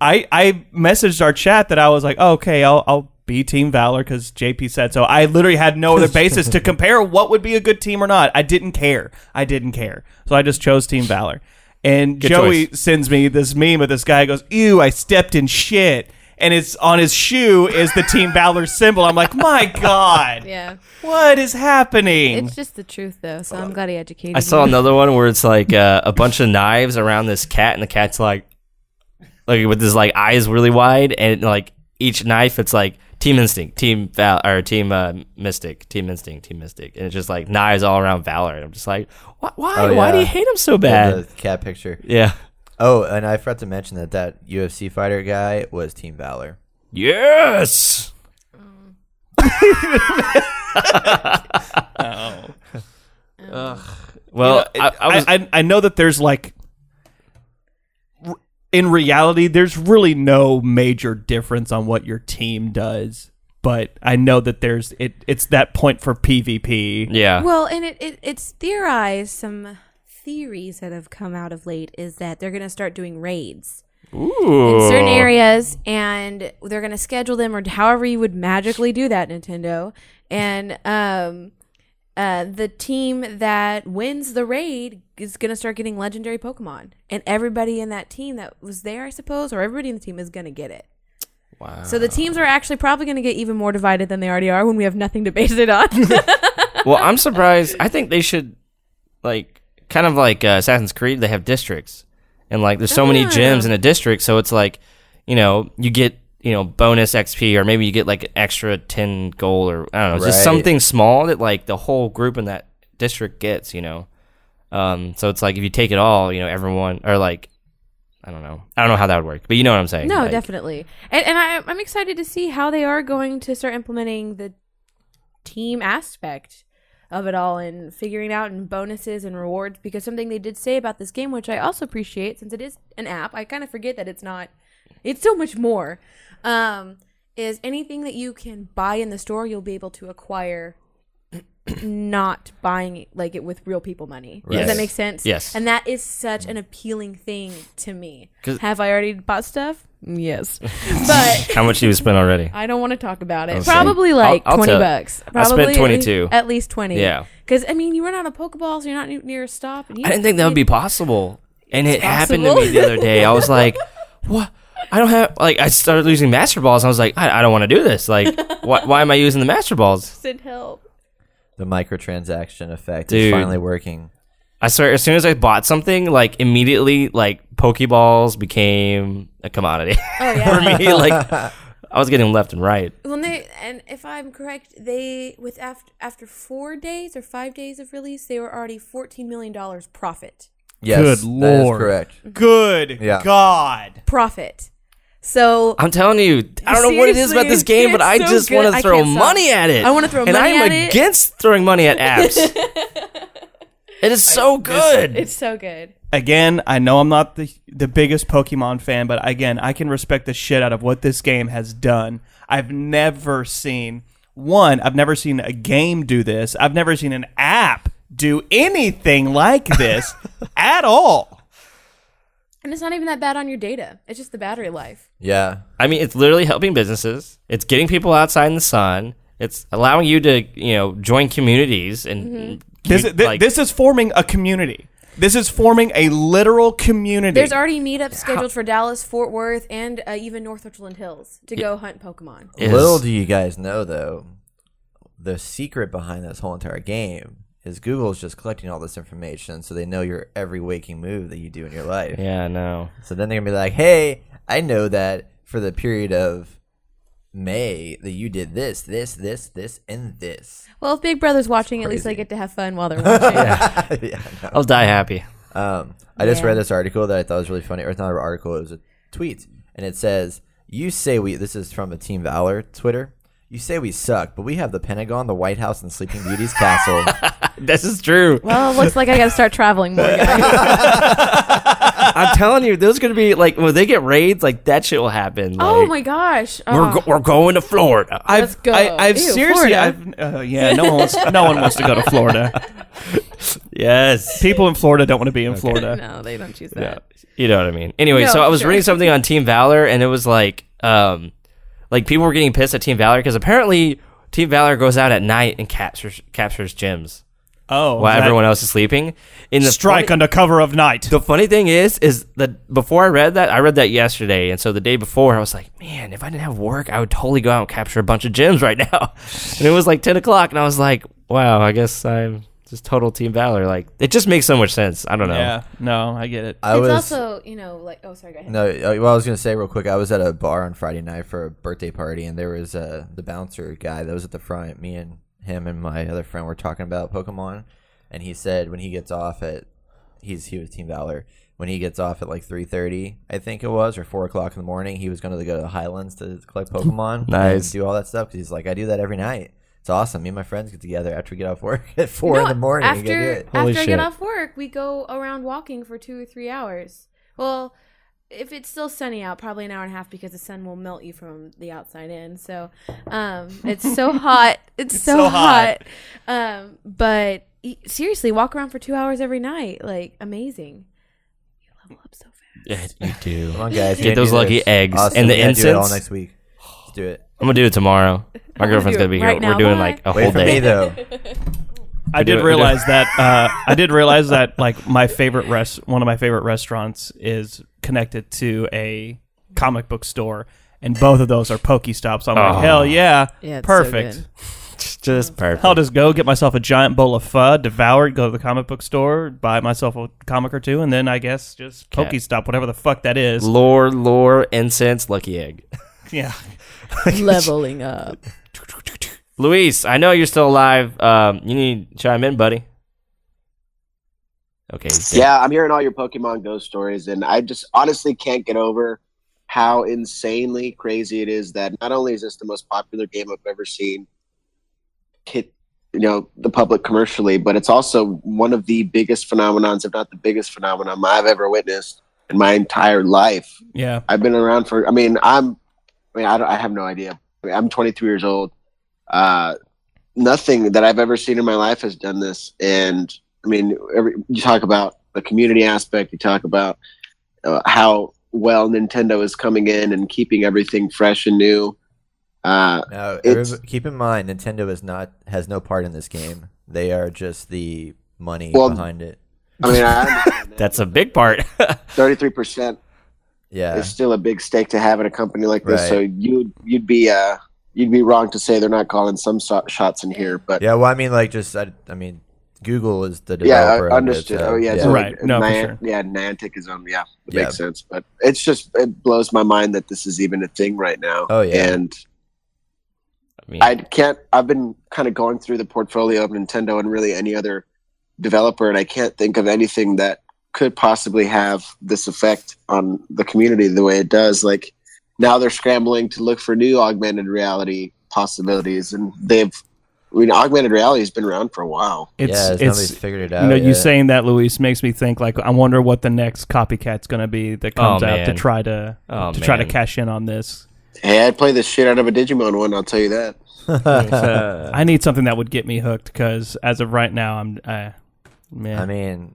I I messaged our chat that I was like, oh, okay, I'll I'll be Team Valor because JP said so. I literally had no other basis to compare what would be a good team or not. I didn't care. I didn't care. So I just chose Team Valor. And Joey sends me this meme of this guy who goes, ew, I stepped in shit. And it's on his shoe is the Team Valor symbol. I'm like, my God, yeah, what is happening? it's just the truth though. So I'm glad he educated. I saw me. another one where it's like uh, a bunch of knives around this cat, and the cat's like, like with his like eyes really wide, and like each knife, it's like Team Instinct, Team Val, or Team uh, Mystic, Team Instinct, Team Mystic, and it's just like knives all around Valor. And I'm just like, why? Why, Oh, why do yeah. you hate him so Yeah, bad? the cat picture. Yeah, Oh, and I forgot to mention that that UFC fighter guy was Team Valor. yes. Oh. Oh. Ugh. Well, I, I, I was I, I, know that there's like r- in reality there's really no major difference on what your team does but i know that there's it it's that point for pvp yeah. Well, and it, it it's theorized some theories that have come out of late is that they're gonna start doing raids in certain areas, and they're gonna schedule them or however you would magically do that, Nintendo. And um, uh, the team that wins the raid is gonna start getting legendary Pokemon, and everybody in that team that was there, I suppose, or everybody in the team is gonna get it. Wow. So the teams are actually probably gonna get even more divided than they already are when we have nothing to base it on. well, I'm surprised. I think they should, like, kind of like uh, Assassin's Creed. They have districts, and like, there's so many Yeah. gyms in a district. So it's like, you know, you get you know bonus XP, or maybe you get like an extra ten gold, or I don't know, it's just Right. something small that like the whole group in that district gets. You know, um, so it's like if you take it all, you know, everyone or like. I don't know. I don't know how that would work, but you know what I'm saying. No, like, definitely. And, and I, I'm excited to see how they are going to start implementing the team aspect of it all and figuring out and bonuses and rewards because something they did say about this game, which I also appreciate since it is an app, I kind of forget that it's not, it's so much more, um, is anything that you can buy in the store, you'll be able to acquire not buying it, like it with real people money. Yes. Does that make sense? Yes. And that is such an appealing thing to me. 'Cause- Have I already bought stuff? Yes. but How much do you spend already? I don't want to talk about it. I'll say- Probably like I'll- I'll 20 tell- bucks. I spent Probably at least- 22. At least 20. Yeah. Because, I mean, you run out of Pokeballs, you're not ne- near a stop. And you I didn't think that would be possible. And it happened to me possible. the other day. I was like, what? I don't have, like, I started losing master balls. And I was like, I, I don't want to do this. Like, why, why am I using the master balls? Send help. The microtransaction effect is Dude. finally working. I started, as soon as I bought something, like, immediately, like, Pokeballs became a commodity Oh, for yeah. me. Like, I was getting left and right. When they and if I'm correct, they with after after four days or five days of release, they were already fourteen million dollars profit. Yes, Good that lord. is correct. Good Yeah. God. Profit. So I'm telling you, I don't know what it is about this Seriously, game, but it's I so just good. want to I throw can't stop. money at it. I wanna throw And money I'm at it. against throwing money at apps. it is so good. it's so good. Again, I know I'm not the the biggest Pokemon fan, but again, I can respect the shit out of what this game has done. I've never seen one, I've never seen a game do this. I've never seen an app do anything like this at all. And it's not even that bad on your data. It's just the battery life. Yeah. I mean, it's literally helping businesses. It's getting people outside in the sun. It's allowing you to, you know, join communities and Mm-hmm. This you- thi- like- this is forming a community. This is forming a literal community. There's already meetups scheduled for Dallas, Fort Worth, and uh, even North Richland Hills to go hunt Pokemon. is- Little do you guys know, though, the secret behind this whole entire game is Google's just collecting all this information so they know your every waking move that you do in your life. yeah, no. So then they're going to be like, hey, I know that for the period of May that you did this, this, this, this, and this. Well, if Big Brother's watching, at least I get to have fun while they're watching. yeah, no. I'll die happy. Um, I just Yeah. read this article that I thought was really funny. Or it's not an article; it was a tweet, and it says, "You say we." This is from the Team Valor Twitter. You say we suck, but we have the Pentagon, the White House, and Sleeping Beauty's castle. This is true. Well, it looks like I got to start traveling more. guys. I'm telling you, there's gonna be like when they get raids, like that shit will happen. oh like, my gosh! We're Oh. go- we're going to Florida. I've, Let's go. I, I've Ew, seriously, Florida. I've, uh, yeah, no one wants, no one wants to go to Florida. yes. People in Florida don't want to be in Florida. no, they don't choose that. Yeah. You know what I mean. Anyway, No, so I was sure. reading something on Team Valor, and it was like, um, like people were getting pissed at Team Valor because apparently Team Valor goes out at night and captures captures gyms Oh, while that- everyone else is sleeping. In the strike funny- under cover of night. The funny thing is, is that before I read that, I read that yesterday, and so the day before, I was like, man, if I didn't have work, I would totally go out and capture a bunch of gems right now. and it was like ten o'clock, and I was like, wow, I guess I'm just total Team Valor. Like it just makes so much sense. I don't know. Yeah, no, I get it. I it's was also, you know, like oh, sorry, go ahead. no. uh, Well, I was gonna say real quick. I was at a bar on Friday night for a birthday party, and there was uh, the bouncer guy that was at the front. Me and him and my other friend were talking about Pokemon, and he said when he gets off at he's he was Team Valor. When he gets off at like three thirty, I think it was, or four o'clock in the morning, he was going to go to the Highlands to collect Pokemon, Nice. and do all that stuff. Because he's like, I do that every night. It's awesome. Me and my friends get together after we get off work at four in No, the morning. and go do After it. after Holy I shit. get off work, we go around walking for two or three hours. Well, if it's still sunny out, probably an hour and a half because the sun will melt you from the outside in. So, um, it's so hot. It's, so, so hot. hot. Um, but e- seriously, walk around for two hours every night. Like amazing. You level up so fast. Yeah, you do. Come on, guys, Get those do lucky this. eggs and the we gotta do it all incense. next week. do it. I'm gonna do it tomorrow. My girlfriend's do it gonna be right here. now. We're doing Bye. like a Wait whole for me day. though. I do did it- we do realize that uh, I did realize that like my favorite rest one of my favorite restaurants is connected to a comic book store, and both of those are Pokestops. I'm Oh. like, hell yeah, Yeah, it's so perfect. good. Just perfect. I'll just go get myself a giant bowl of pho, devour it, go to the comic book store, buy myself a comic or two, and then I guess just Cat. Pokestop, whatever the fuck that is. Lore, lore, incense, lucky egg. yeah, Leveling up. Luis, I know you're still alive. Um, you need to chime in, buddy. Okay. he's dead. Yeah, I'm hearing all your Pokemon Go stories, and I just honestly can't get over how insanely crazy it is that not only is this the most popular game I've ever seen hit, you know, the public commercially, but it's also one of the biggest phenomenons, if not the biggest phenomenon I've ever witnessed in my entire life. yeah. I've been around for. I mean, I'm. I mean, I, don't, I have no idea. I mean, I'm 23 years old. Uh, nothing that I've ever seen in my life has done this. And I mean, every, you talk about the community aspect. You talk about uh, how well Nintendo is coming in and keeping everything fresh and new. Uh, No, It's- everyb- keep in mind, Nintendo is not has no part in this game. They are just the money Well- behind it. I mean, I That's a big part. 33 percent Yeah, is still a big stake to have at a company like this. Right. So you you'd be uh, you'd be wrong to say they're not calling some so- shots in here. But yeah. Well, I mean, like, just I, I mean, Google is the Yeah, developer. I of it, understood. so, oh yeah, yeah. so Right. No, for sure. Yeah, Niantic is on. Yeah, it Yeah. makes sense. But it's just it blows my mind that this is even a thing right now. Oh, yeah. and I mean, I can't. I've been kind of going through the portfolio of Nintendo and really any other developer, and I can't think of anything that could possibly have this effect on the community the way it does. Like now they're scrambling to look for new augmented reality possibilities, and they've. I mean, augmented reality has been around for a while. yeah, It's nobody's it's figured it out. you know, you yet. saying that, Luis, makes me think. Like, I wonder what the next copycat's going to be that comes Oh, out to man. try to Oh, to try to man. cash in on this. Hey, I'd play the shit out of a Digimon one. I'll tell you that. uh, Uh, I need something that would get me hooked because as of right now, I'm uh, man. I mean,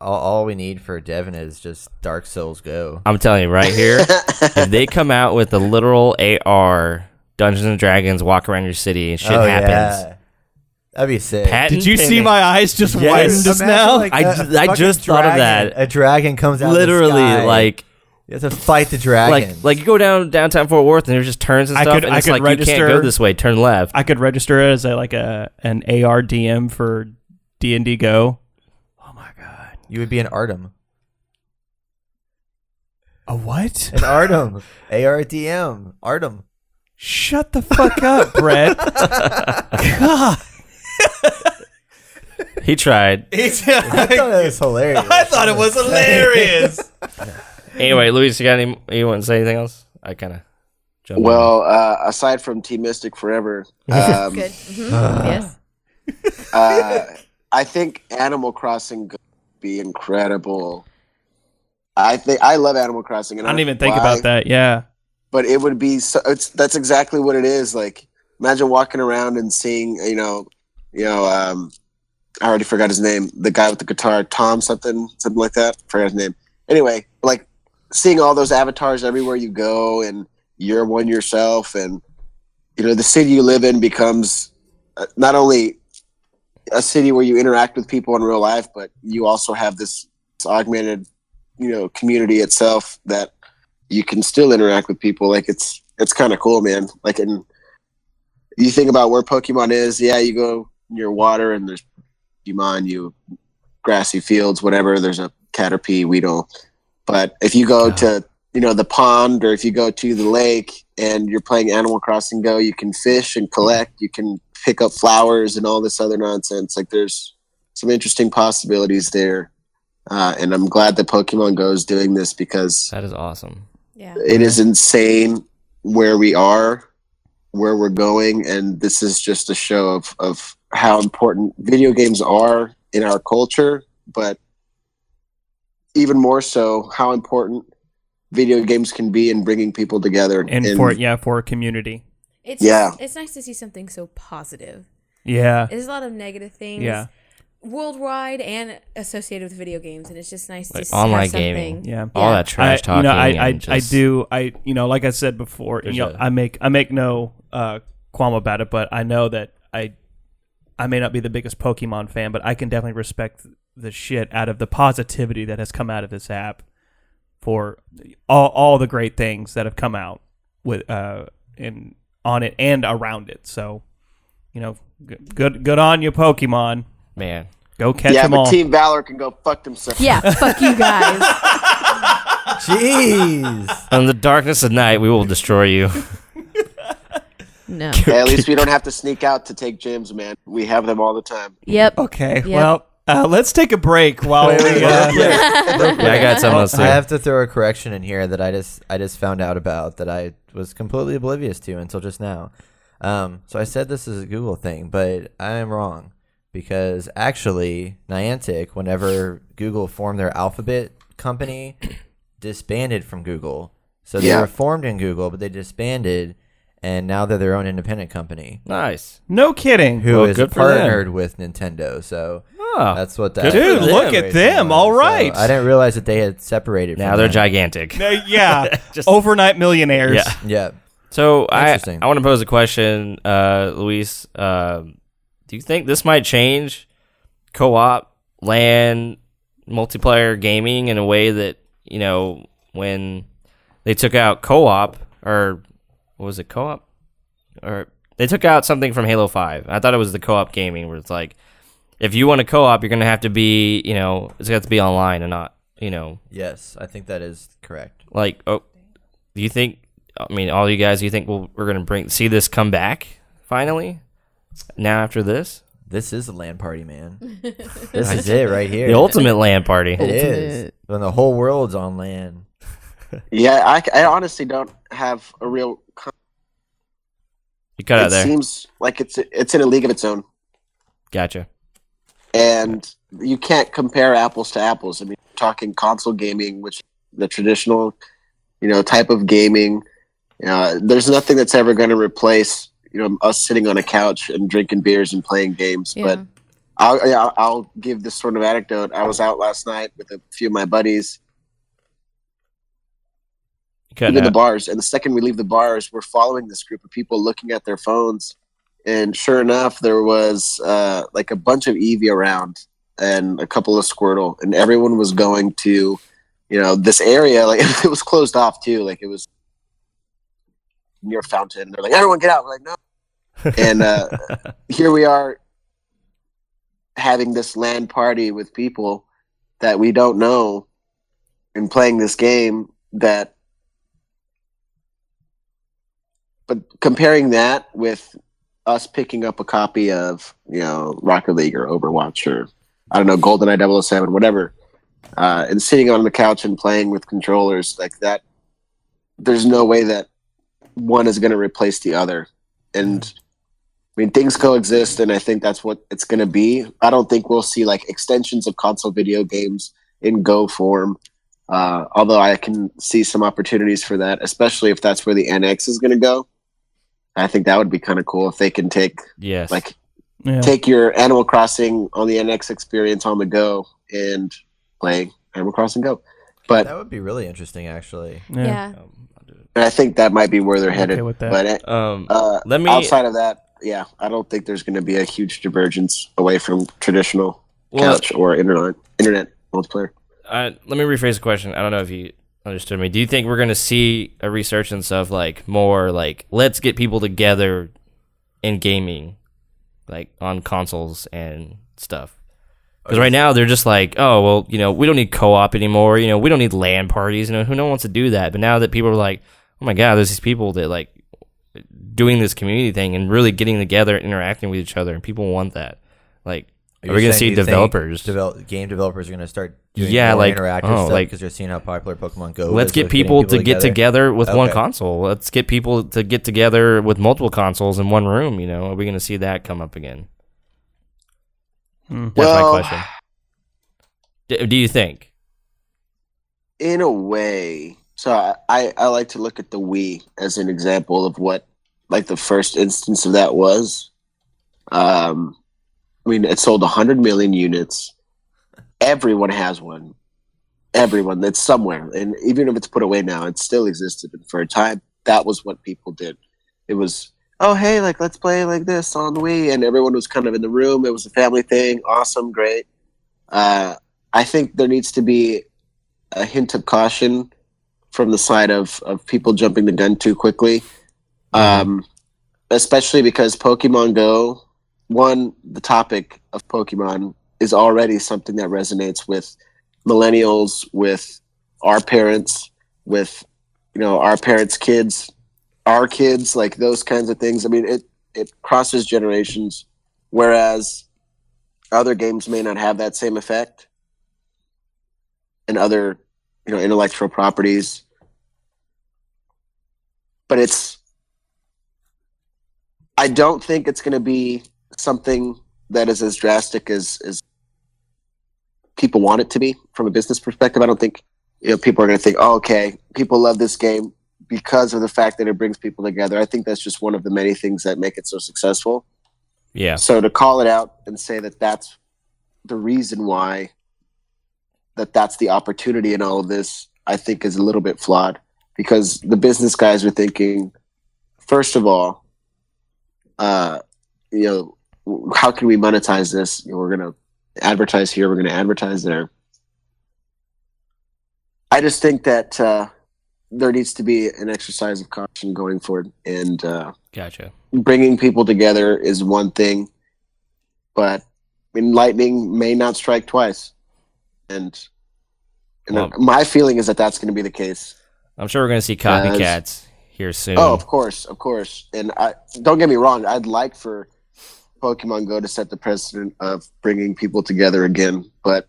all, all we need for Devin is just Dark Souls Go. I'm telling you right here, if they come out with a literal AR Dungeons and Dragons walk around your city and shit oh, happens. Yeah. That'd be sick. Patent Did you see pending. my eyes just widen just Imagine, now? like, I a- ju- a I fucking just thought of dragon- that. A dragon comes out. of the literally sky. like you have to fight the dragon. like like you go down downtown Fort Worth and there's just turns and I stuff could- and I it's could like you register- can't go this way, turn left. I could register it as a, like a an ARDM for D and D Go. you would be an Artem. A what? An Artem. A R D M. Artem. Shut the fuck up, Brett. God. he tried. I thought that was hilarious. I thought it was hilarious. Anyway, Luis, you got any? You want to say anything else? I kind of. jumped. Well, uh, aside from Team Mystic Forever, um, Good. Mhm. yes. uh, I think Animal Crossing could be incredible. I think I love Animal I Crossing. And don't know even think why, about that. Yeah. But it would be so. It's that's exactly what it is. Like imagine walking around and seeing you know, you know. Um, I already forgot his name. The guy with the guitar, Tom something, something like that. Forgot his name. Anyway, like seeing all those avatars everywhere you go, and you're one yourself, and you know the city you live in becomes uh, not only a city where you interact with people in real life, but you also have this, this augmented, you know, community itself that you can still interact with people. Like it's it's kind of cool, man. Like and you think about where Pokemon is. Yeah, you go near water and there's Pokemon. You grassy fields, whatever. There's a Caterpie, Weedle. But if you go to you know the pond or if you go to the lake and you're playing Animal Crossing Go, you can fish and collect. You can pick up flowers and all this other nonsense. Like there's some interesting possibilities there. Uh, and I'm glad that Pokemon Go is doing this because that is awesome. Yeah. it is insane where we are where we're going and this is just a show of, of how important video games are in our culture but even more so how important video games can be in bringing people together And for yeah, for a community. It's Yeah. It's nice to see something so positive. Yeah. There's a lot of negative things. Yeah. worldwide and associated with video games, and it's just nice Like to online have something. gaming. Yeah. all that trash I, talking. you know, I, I, and I just- do I you know like I said before you know, a- I make I make no uh, qualm about it but I know that I I may not be the biggest Pokemon fan but I can definitely respect the shit out of the positivity that has come out of this app for all all the great things that have come out with uh in on it and around it so you know g- good good on you Pokemon man. go catch yeah, them but all Team Valor can go fuck themselves. Yeah, fuck you guys. Jeez. In the darkness of night, we will destroy you. No. Hey, at least we don't have to sneak out to take gyms, man. We have them all the time. Yep. okay well, uh, let's take a break while Oh, uh, Wait, wait, real quick. yeah, I got something else. I too. have to throw a correction in here that I just I just found out about that I was completely oblivious to until just now. Um, so I said this is a Google thing, but I am wrong because actually Niantic, whenever Google formed their Alphabet company, disbanded from Google. So they Yeah. were formed in Google, but they disbanded, and now they're their own independent company Nice. No kidding. who Well, is good for them. partnered with Nintendo. So Oh, that's what that. Good for Dude, them. look at them. All All right. I didn't realize that they had separated. now from they're that. gigantic. Uh, yeah. Just- Overnight millionaires. Yeah. Yeah. So I Interesting. I want to pose a question, uh, Luis. Um do you think this might change co-op LAN multiplayer gaming in a way that you know when they took out co-op or what was it co-op or they took out something from Halo Five? I thought it was the co-op gaming where it's like if you want to co-op, you're gonna have to be you know it's got to be online and not you know Yes, I think that is correct. like oh do you think i mean all you guys you think well, we're gonna bring see this come back finally now after this This is a land party, man. this is it right here. the ultimate land party It is. When the whole world's on land. Yeah, I, I honestly don't have a real. Con- you cut out it there seems like it's it's in a league of its own, gotcha and you can't compare apples to apples. I mean, talking console gaming, which the traditional, you know, type of gaming. Uh, there's nothing that's ever going to replace you know us sitting on a couch and drinking beers and playing games, Yeah. but. I'll, yeah, I'll- I'll give this sort of anecdote. I was out last night with a few of my buddies. you We cut did the out. bars, and the second we leave the bars, we're following this group of people looking at their phones. And sure enough, there was uh, like a bunch of Eevee around and a couple of Squirtle, and everyone was going to, you know, this area. Like it was closed off too. Like it was near a fountain. They're like, everyone get out. We're like, no. and uh, here we are having this land party with people that we don't know and playing this game that but comparing that with us picking up a copy of you know rocket league or overwatch or i don't know goldeneye 007 whatever uh, and sitting on the couch and playing with controllers like that there's no way that one is going to replace the other and i mean things coexist and i think that's what it's going to be i don't think we'll see like extensions of console video games in go form uh, although I can see some opportunities for that, especially if that's where the NX is going to go. I think that would be kind of cool if they can take yes like take your Animal Crossing on the NX experience on the go and play Animal Crossing Go. But That would be really interesting, actually. Yeah. I think that might be where they're headed. okay with that. But um uh, let me outside of that, yeah, I don't think there's going to be a huge divergence away from traditional well, couch or internet internet multiplayer. I, let me rephrase the question. I don't know if you understood me. Do you think we're going to see a resurgence of like more like let's get people together in gaming, like on consoles and stuff? Because right now they're just like, oh well, you know, we don't need co-op anymore. You know, we don't need LAN parties. You know, who no one wants to do that. But now that people are like, oh my god, there's these people that like doing this community thing and really getting together, and interacting with each other, and people want that. Like, are, you we going to saying see you think developers? develop- game developers are going to start doing Yeah, more like- interactive oh, stuff like- because they're seeing how popular Pokemon Go. Let's is get with getting people, to get together with one Okay. console. Let's get people to get together with multiple consoles in one room. You know, are we going to see that come up again? Mm. That's Well- my question. D- do you think? in a way so I- I, I like to look at the wii as an example of what like the first instance of that was um I mean, it sold 100 million units. Everyone has one. Everyone that's somewhere. And even if it's put away now, it still existed. And for a time, that was what people did. It was, oh, hey, like, let's play like this on the Wii. And everyone was kind of in the room. It was a family thing. Awesome. Great. Uh, I think there needs to be a hint of caution from the side of, of people jumping the gun too quickly. Um, especially because Pokemon Go, one, the topic of Pokemon is already something that resonates with millennials, with our parents, with you know our parents' kids, our kids, like those kinds of things. I mean, it it crosses generations, whereas other games may not have that same effect, and other you know intellectual properties. But it's I don't think it's going to be something that is as drastic as as people want it to be from a business perspective. I don't think you know people are going to think, oh, okay, people love this game because of the fact that it brings people together. I think that's just one of the many things that make it so successful. Yeah. So to call it out and say that that's the reason why that that's the opportunity in all of this, I think is a little bit flawed because the business guys are thinking, first of all, uh, you know, w- how can we monetize this? You know, we're going to advertise here, we're going to advertise there. I just think that uh, there needs to be an exercise of caution going forward, and uh, Gotcha. bringing people together is one thing, but I mean, lightning may not strike twice, and, and Well- my feeling is that that's going to be the case. I'm sure we're gonna see it's- copycats here soon. Oh, of course, of course. And I don't get me wrong. I'd like for Pokemon Go to set the precedent of bringing people together again, but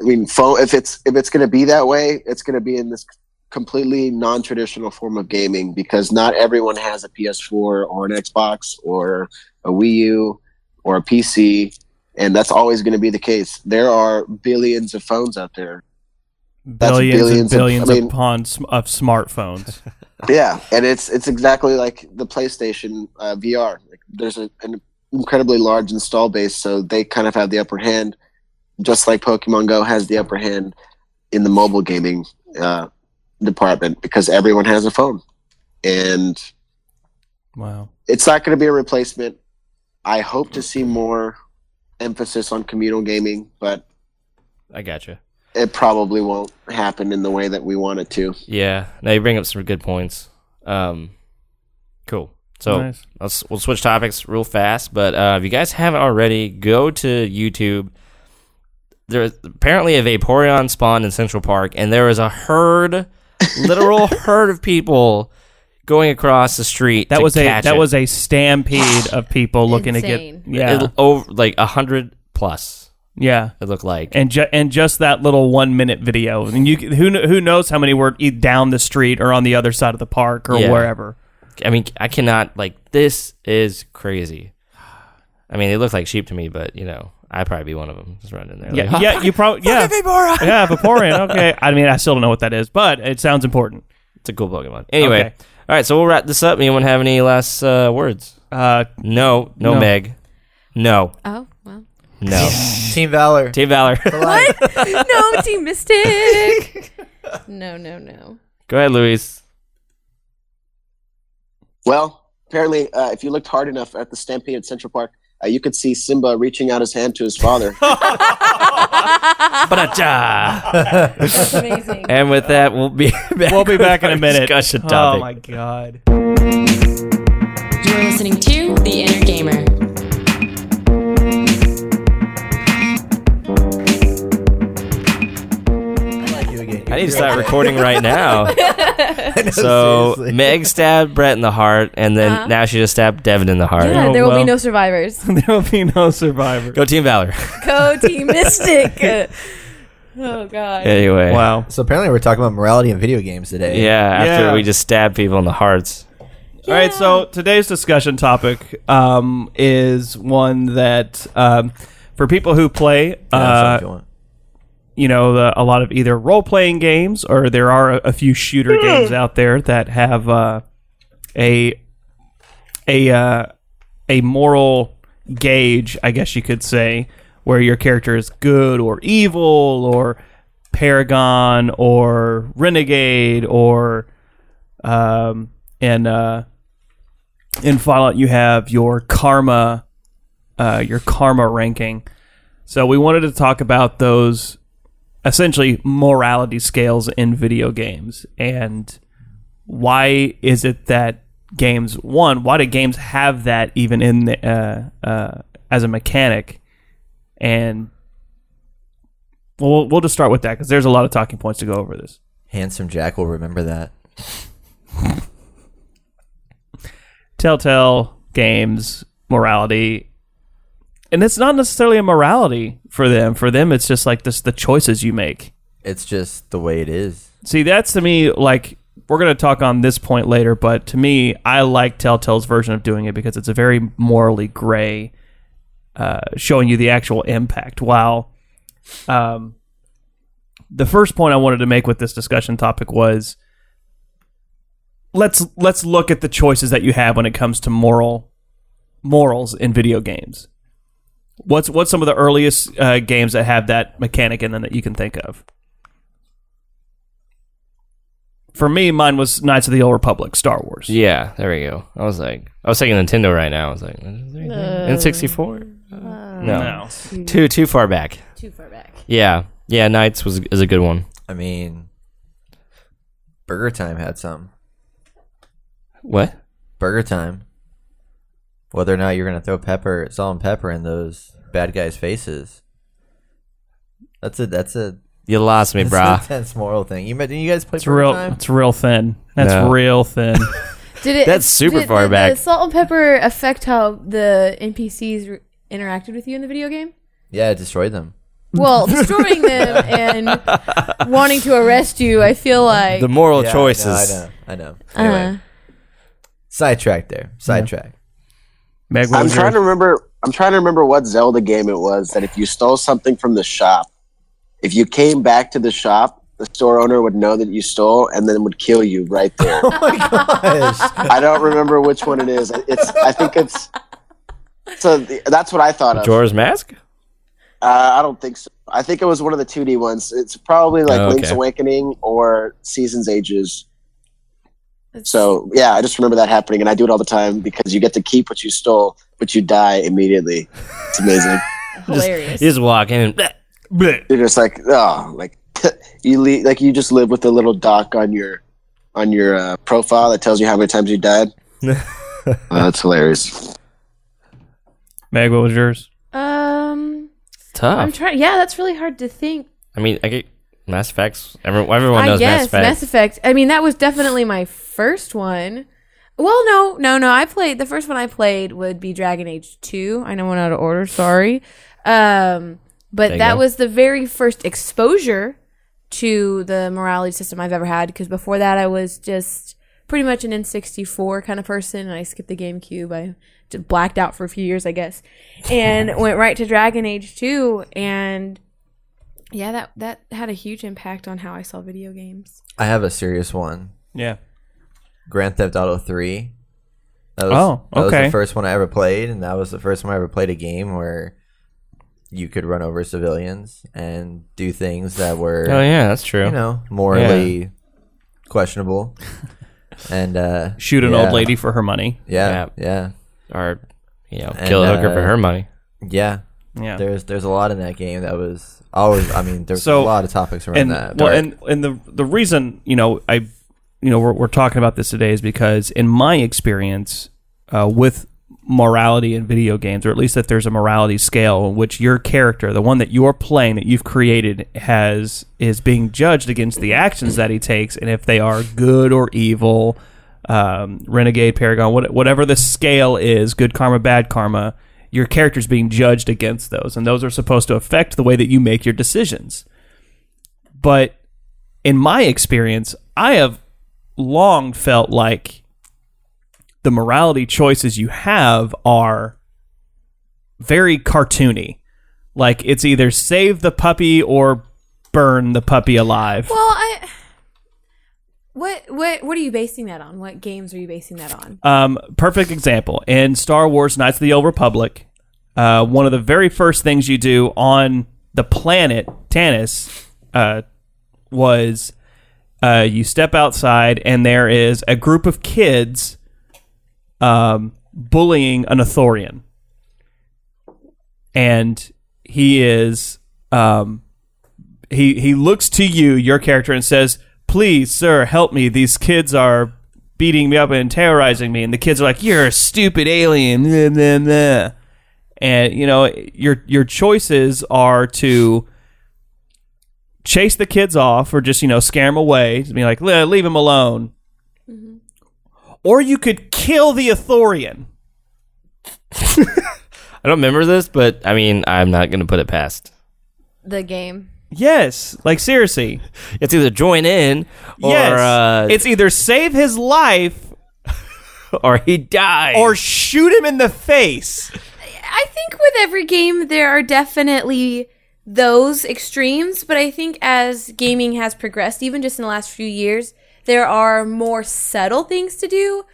I mean, phone. If it's if it's going to be that way, it's going to be in this completely non-traditional form of gaming because not everyone has a PS4 or an Xbox or a Wii U or a PC, and that's always going to be the case. There are billions of phones out there. billions, billions and of- billions I mean- upon sm- of smartphones. yeah and it's it's exactly like the playstation uh, vr like there's a, an incredibly large install base so they kind of have the upper hand just like pokemon go has the upper hand in the mobile gaming uh, department because everyone has a phone and wow. it's not going to be a replacement i hope to see more emphasis on communal gaming but I gotcha. it probably won't happen in the way that we want it to Yeah. Now you bring up some good points. Um, cool. So Nice. let's we'll switch topics real fast. But uh, if you guys haven't already, go to YouTube. There apparently a Vaporeon spawned in Central Park, and there was a herd, literal herd of people going across the street. That to was a catch that it. was a stampede of people looking Insane. to get yeah It- over like a hundred plus. yeah It looked like and ju- and just that little one minute video and you c- who kn- who knows how many were e- down the street or on the other side of the park or Yeah. wherever I mean, I cannot like this is crazy. I mean, they look like sheep to me, but you know, I'd probably be one of them just running in there. yeah like, yeah you probably yeah yeah Vaporeon okay I mean I still don't know what that is but it sounds important it's a cool Pokemon. Anyway, Okay. all right, so we'll wrap this up. Anyone have any last uh, words? uh No, no, No. Meg, no, Oh well. no. Team Valor. Team Valor, Alive. no, Team Mystic. no, no, no. go ahead, Luis. Well, apparently, uh, if you looked hard enough at the stampede at Central Park, uh, you could see Simba reaching out his hand to his father. Oh, Ba-da-da. That's amazing. and with that, we'll be back we'll be with back in our a minute Discussion topic. oh my god You're listening to The Inner Gamer. I need to start recording right now. so seriously. Meg stabbed Brett in the heart, and then Uh-huh. now she just stabbed Devin in the heart. yeah, Oh, there will well. be no survivors. there will be no survivor Go Team Valor. Go Team Mystic. oh God. anyway. wow So apparently we're talking about morality in video games today. Yeah, after Yeah. we just stab people in the hearts. All right, so today's discussion topic um, is one that um, for people who play, That's uh, what you want. you know, the, a lot of either role playing games or there are a, a few shooter games out there that have uh, a a uh, a moral gauge, I guess you could say, where your character is good or evil or paragon or renegade or um, in uh, in Fallout you have your karma uh, your karma ranking. So we wanted to talk about those essentially morality scales in video games and why is it that games one why do games have that even in the, uh, uh, as a mechanic and we'll we'll just start with that because there's a lot of talking points to go over this Handsome Jack will remember that. Telltale games morality and it's not necessarily a morality for them for them it's just like this the choices you make It's just the way it is. See, that's to me like we're gonna talk on this point later, but to me, I like Telltale's version of doing it because it's a very morally gray, uh, showing you the actual impact. While, um, the first point I wanted to make with this discussion topic was let's let's look at the choices that you have when it comes to moral morals in video games. What's what's some of the earliest uh, games that have that mechanic in them that you can think of? for me, mine was Knights of the Old Republic, Star Wars. Yeah, there we go. I was like, I was thinking Nintendo right now. I was like, is there anything? N64? no. Too too far back. Too far back. Yeah. Yeah, Knights was is a good one. I mean, Burger Time had some. What? Burger Time. Whether or not you're gonna throw pepper, salt and pepper in those bad guys' faces. That's a that's a You lost me, that's an brah. intense moral thing. You did you guys play It's Burger real. Time? It's real thin. That's No. real thin. Did it? That's super did- far did back. The salt and pepper affect how the NPCs re- interacted with you in the video game? Yeah, it destroyed them. Well, destroying them and wanting to arrest you, I feel like. The moral Yeah, choices. No, I know. I know. Anyway, sidetracked there. Sidetracked. Meg, what I'm was trying to your- remember. I'm trying to remember what Zelda game it was that if you stole something from the shop, if you came back to the shop, the store owner would know that you stole and then would kill you right there. Oh Gosh. I don't remember which one it is. It's. I think it's. So the, that's what I thought of. Uh, Majora's Mask? I don't think so. I think it was one of the 2D ones. It's probably like Oh, okay. Link's Awakening or Seasons Ages. That's- So yeah, I just remember that happening, and I do it all the time because you get to keep what you stole, but you die immediately. It's amazing. hilarious. You just walk in and bleh, bleh. You're just like, oh, like you le- like you just live with a little doc on your on your uh, profile that tells you how many times you died. Oh, that's hilarious. Meg, what was yours? um, I'm tough. trying. Yeah, that's really hard to think. I mean, I get Mass Effects. Everyone, everyone I knows Mass guess Effect. Mass Effect. I mean, that was definitely my first one. Well, no, no, no. I played the first one. I played would be Dragon Age Two. I know one out of order. Sorry, um, There but you that go. was the very first exposure to the morality system I've ever had. Because before that, I was just pretty much an N64 kind of person, and I skipped the GameCube. I just blacked out for a few years, I guess, and went right to Dragon Age Two. And yeah, that that had a huge impact on how I saw video games. I have a serious one. Yeah. Grand Theft Auto Three. That was, Oh, That was okay. the first one I ever played, and that was the first time I ever played a game where you could run over civilians and do things that were, Oh, yeah, that's true. you know, morally questionable. and uh, Shoot an yeah, old lady for her money. Yeah, yeah, Or, you know, And, kill a hooker for uh, her money. yeah, Yeah. There's there's a lot in that game that was always. I mean, there's So- a lot of topics around and that. well, Dark. and and the the reason you know I, you know, we're, we're talking about this today is because in my experience uh, with morality in video games, or at least that there's a morality scale in which your character, the one that you're playing that you've created, has is being judged against the actions that he takes, and if they are good or evil, um, renegade, paragon, what, whatever the scale is, good karma, bad karma. Your character's being judged against those, and those are supposed to affect the way that you make your decisions but in my experience, I have long felt like the morality choices you have are very cartoony. Like it's either save the puppy or burn the puppy alive. Well, I what what what are you basing that on? What games are you basing that on? Um, perfect example in Star Wars: Knights of the Old Republic. uh, one of the very first things you do on the planet Tanis uh, was uh, you step outside and there is a group of kids um, bullying an Athorian, and he is um, he he looks to you, your character, and says, "Please, sir, help me. These kids are." Beating me up and terrorizing me, and the kids are like, "You're a stupid alien." Blah, blah, blah and you know your your choices are to chase the kids off or just you know scare them away just be like "Le- leave them alone or you could kill the Athorian. I don't remember this, but I mean, I'm not going to put it past. The game. Yes, like seriously. It's either join in or yes, uh, it's either save his life or he dies. or shoot him in the face. I think with every game there are definitely those extremes, but I think as gaming has progressed, even just in the last few years, there are more subtle things to do.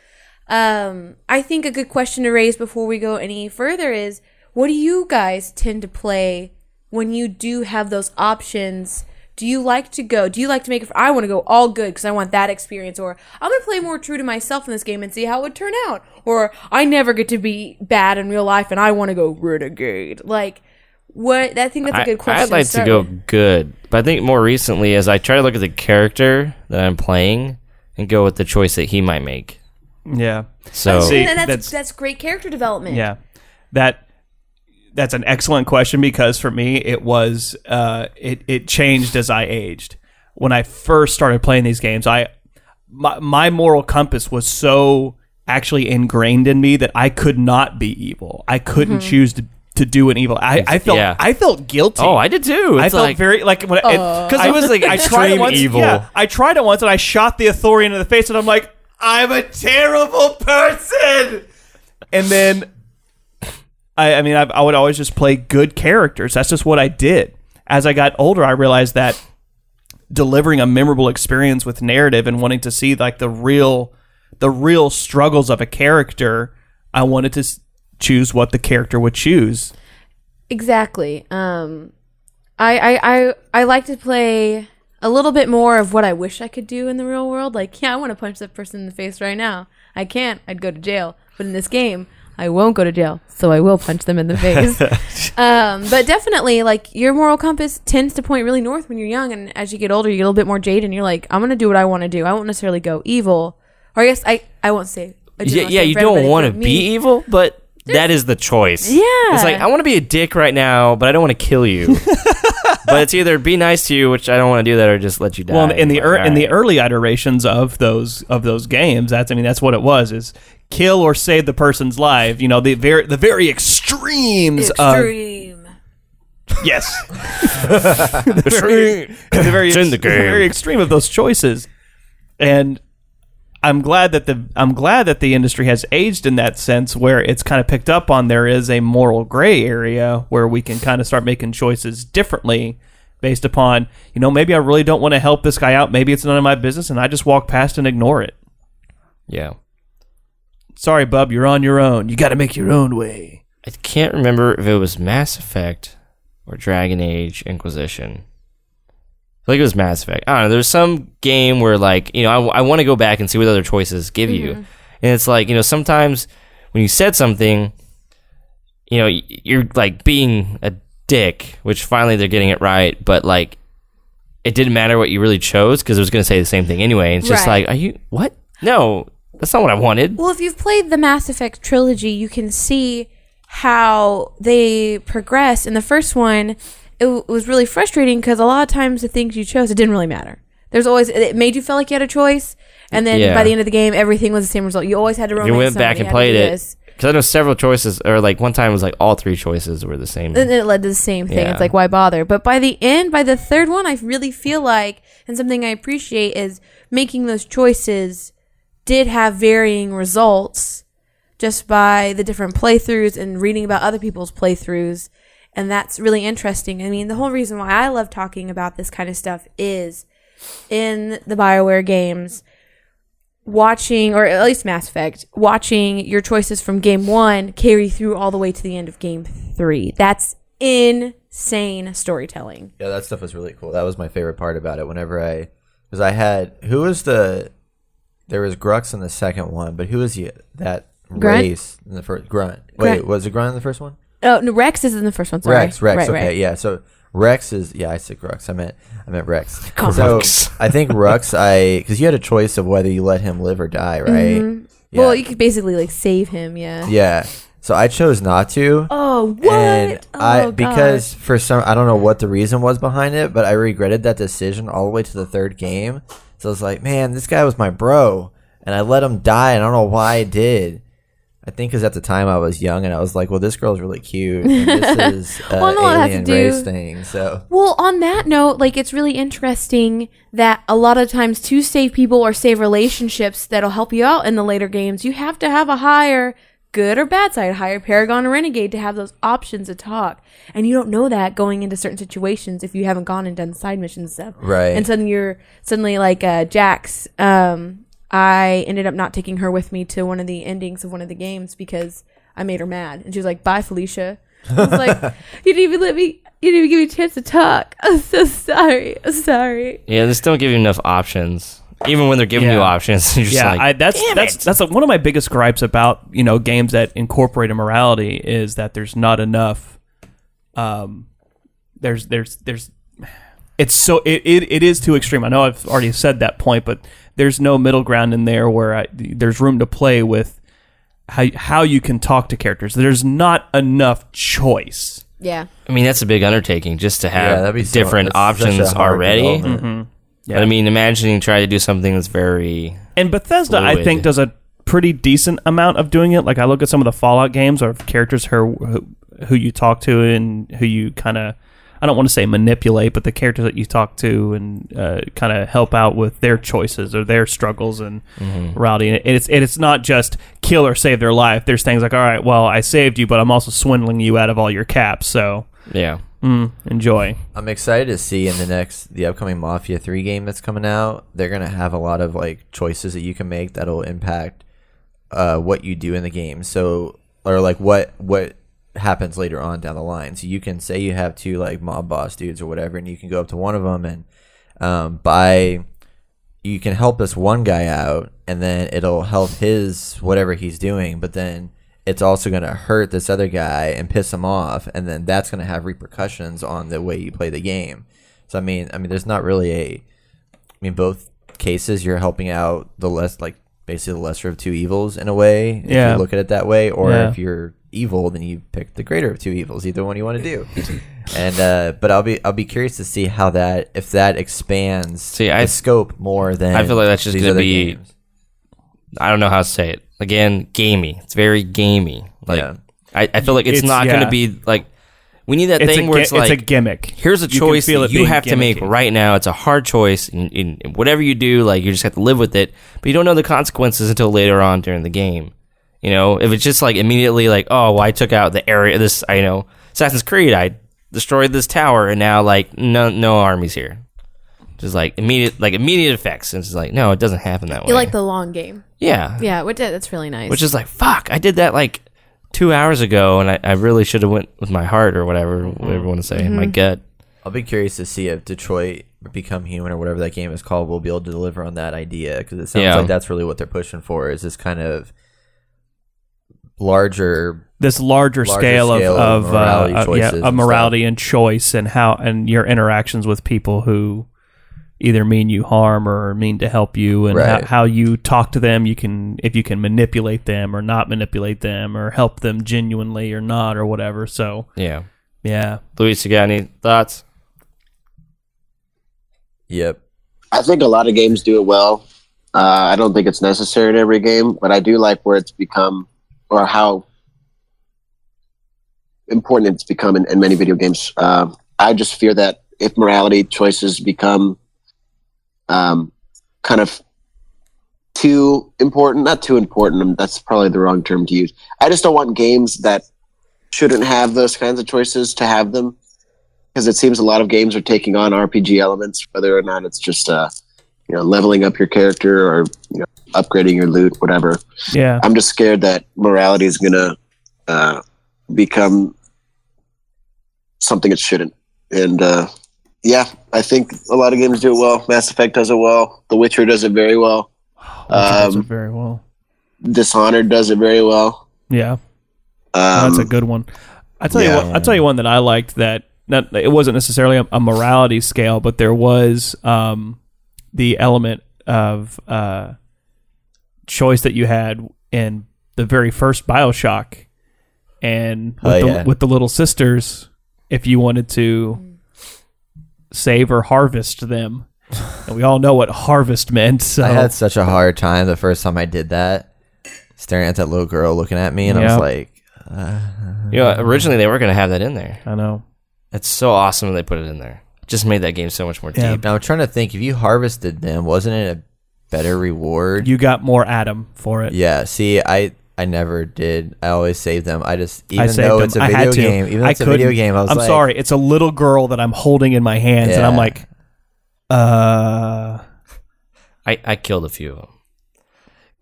Um, I think a good question to raise before we go any further is what do you guys tend to play when you do have those options? Do you like to go? Do you like to make it? For, I want to go all good because I want that experience, or I'm gonna play more true to myself in this game and see how it would turn out, or I never get to be bad in real life and I want to go renegade. Like, what? I think that's a good question. would like to start go with. good, but I think more recently, as I try to look at the character that I'm playing and go with the choice that he might make. Yeah. So see. And that's, that's- that's great character development. Yeah, that that's an excellent question because for me it was uh, it it changed as I aged. When I first started playing these games, I my, my moral compass was so actually ingrained in me that I could not be evil. I couldn't choose to, to do an evil. I, I felt Mm-hmm. Yeah. I felt guilty. oh, I did too. I It's felt like, very like when because it was, like, I tried it extreme once, evil. yeah, I tried it once and I shot the Athorian in the face and I'm like, I'm a terrible person. And then I, I mean, I, I would always just play good characters. That's just what I did. As I got older, I realized that delivering a memorable experience with narrative and wanting to see like the real, the real struggles of a character, I wanted to s- choose what the character would choose. Exactly. Um, I, I I I like to play a little bit more of what I wish I could do in the real world. Like, yeah, I want to punch that person in the face right now. I can't. I'd go to jail. But in this game, I won't go to jail, so I will punch them in the face. um, but definitely, like your moral compass tends to point really north when you're young, and as you get older, you get a little bit more jaded. and You're like, I'm gonna do what I want to do. I won't necessarily go evil. Or I guess I I won't say. I do yeah, not yeah, say you for everybody, don't want to for me. be evil, but that is the choice. Yeah. It's like, I want to be a dick right now, but I don't want to kill you. but it's either be nice to you, which I don't want to do that, or just let you die. Well, in, in the Like, ear in the alright. early iterations of those of those games, that's I mean that's what it was is kill or save the person's life. You know the very the very extremes Um, extreme. of yes, the very, the very It's in the ex- very game. extreme of those choices. And I'm glad that the I'm glad that the industry has aged in that sense where it's kind of picked up on there is a moral gray area where we can kind of start making choices differently based upon, you know, maybe I really don't want to help this guy out, maybe it's none of my business and I just walk past and ignore it. Yeah. Sorry, bub, you're on your own. You got to make your own way. I can't remember if it was Mass Effect or Dragon Age Inquisition. I think it was Mass Effect. I don't know. There's some game where, like, you know, I, want to go back and see what other choices give you. And it's like, you know, sometimes when you said something, you know, y- you're like being a dick, which finally they're getting it right, but like, it didn't matter what you really chose because it was going to say the same thing anyway. And it's just Right. like, are you, what? No, that's not what I wanted. Well, if you've played the Mass Effect trilogy, you can see how they progress. In the first one, it w- was really frustrating because a lot of times the things you chose, it didn't really matter. There's always it made you feel like you had a choice, and then Yeah. by the end of the game, everything was the same result. You always had to. you romance went back and somebody, had to played do it this. because I know several choices, or like one time it was like all three choices were the same. And then it led to the same thing. Yeah. It's like, why bother? But by the end, by the third one, I really feel like, and something I appreciate is making those choices did have varying results just by the different playthroughs and reading about other people's playthroughs. And that's really interesting. I mean, the whole reason why I love talking about this kind of stuff is in the BioWare games, watching, or at least Mass Effect, watching your choices from game one carry through all the way to the end of game three. That's insane storytelling. Yeah, that stuff was really cool. That was my favorite part about it. Whenever I, because I had who was the, there was Grux in the second one, but who was the, that Grunt? race in the first Grunt? Wait, Grunt. was it Grunt in the first one? Oh, no, Rex is in the first one. Sorry. Rex, Rex. Right, okay, right. yeah. So Rex is yeah. I said Grux. I meant I meant Rex. on, so Rex. I think Rux. I because you had a choice of whether you let him live or die, right? Yeah. Mm-hmm. Well, you could basically like save him. Yeah. yeah. So I chose not to. Oh, what? And oh, I gosh. because for some I don't know what the reason was behind it, but I regretted that decision all the way to the third game. So I was like, man, this guy was my bro, and I let him die. And I don't know why I did. I think because at the time I was young, and I was like, well, this girl's really cute. And this is uh, Well, no, it has to alien do- race thing. So Well, on that note, like it's really interesting that a lot of times to save people or save relationships that'll help you out in the later games, you have to have a higher good or bad side, higher paragon or renegade to have those options to talk. And you don't know that going into certain situations if you haven't gone and done side missions and stuff. Right. And suddenly you're suddenly like uh Jax, um, I ended up not taking her with me to one of the endings of one of the games because I made her mad. And she was like, Bye Felicia. I was like, You didn't even let me you didn't even give me a chance to talk. I'm so sorry. I'm sorry. Yeah, they don't give you enough options. Even when they're giving Yeah. you options, you're just yeah, like, I, that's that's that's a, one of my biggest gripes about you know games that incorporate a morality is that there's not enough. Um, there's there's there's, it's so it, it, it is too extreme. I know I've already said that point, but there's no middle ground in there where I, there's room to play with how how you can talk to characters. There's not enough choice. Yeah. I mean, that's a big undertaking just to Yeah, have that'd be so- different that's such a options hard already. development. But I mean, imagining trying to do something that's very And Bethesda, I Fluid. think, does a pretty decent amount of doing it. Like I look at some of the Fallout games or characters who who you talk to and who you kind of I don't want to say manipulate, but the characters that you talk to and uh, kind of help out with their choices or their struggles and Mm-hmm. morality. And it's and it's not just kill or save their life. There's things like, all right, well, I saved you, but I'm also swindling you out of all your caps. So yeah. mm, enjoy. I'm excited to see in the next the upcoming Mafia 3 game that's coming out. They're going to have a lot of like choices that you can make that'll impact uh, what you do in the game. So or like what what happens later on down the line. So you can say you have two like mob boss dudes or whatever and you can go up to one of them and um, by you can help this one guy out and then it'll help his whatever he's doing but then it's also going to hurt this other guy and piss him off and then that's going to have repercussions on the way you play the game so i mean i mean there's not really a i mean both cases you're helping out the less like basically the lesser of two evils in a way if Yeah. you look at it that way or Yeah. if you're evil then you pick the greater of two evils either one you want to do and uh but i'll be i'll be curious to see how that if that expands See, the I- scope more than I feel like that's just these gonna other be- games. I don't know how to say it. Again, gamey. It's very gamey. Like Yeah. I, I feel like it's, It's- not yeah. going to be like we need that It's a, thing where gi- it's like it's a gimmick. here's a You can choice feel that it you being have to make gimmicky. right now. It's a hard choice, and, and whatever you do, like you just have to live with it. But you don't know the consequences until later on during the game. You know, if it's just like immediately, like oh, well, I took out the area. This I know Assassin's Creed. I destroyed this tower, and now like no no armies here. Just like immediate like immediate effects. And it's like no, it doesn't happen that way. You like the long game. yeah Yeah, which uh, that's really nice. which is like fuck i did that like two hours ago and i, I really should have went with my heart or whatever whatever you want to say Mm-hmm. my gut I'll be curious to see if Detroit Become Human or whatever that game is called will be able to deliver on that idea because it sounds Yeah. like that's really what they're pushing for is this kind of larger this larger, Larger scale, scale of, of of morality uh, uh, choices yeah, and of stuff. morality and choice and how and your interactions with people who either mean you harm or mean to help you and Right. how, how you talk to them you can if you can manipulate them or not manipulate them or help them genuinely or not or whatever so yeah yeah luis you got any thoughts yep I think a lot of games do it well. Uh, I don't think it's necessary in every game, but I do like where it's become or how important it's become in, in many video games. Uh, I just fear that if morality choices become um, kind of too important, not too important, um, that's probably the wrong term to use. I just don't want games that shouldn't have those kinds of choices to have them because it seems a lot of games are taking on RPG elements, whether or not it's just uh, you know leveling up your character or you know upgrading your loot, whatever. yeah I'm just scared that morality is gonna uh, become something it shouldn't. And uh, yeah, I think a lot of games do it well. Mass Effect does it well. The Witcher does it very well. That's Um, very well. Dishonored does it very well. Yeah. Um, that's a good one. I tell yeah. you, what, I tell you one that I liked that not it wasn't necessarily a, a morality scale, but there was um, the element of uh, choice that you had in the very first Bioshock, and with, Oh, the, yeah. with the little sisters, if you wanted to save or harvest them, and we all know what harvest meant. So I had such a hard time the first time I did that, staring at that little girl looking at me, and I Yep. was like, You know, originally they were going to have that in there. I know. That's so awesome they put it in there. Just made that game so much more Yeah. deep. now I'm trying to think if you harvested them, wasn't it a better reward? You got more Adam for it. yeah. See, I I never did. I always saved them. I just even I saved though them. it's a I video had to. game, even though I it's a video couldn't. game, I was I'm like, sorry. It's a little girl that I'm holding in my hands, and I'm Yeah. like, uh, I, I killed a few of them.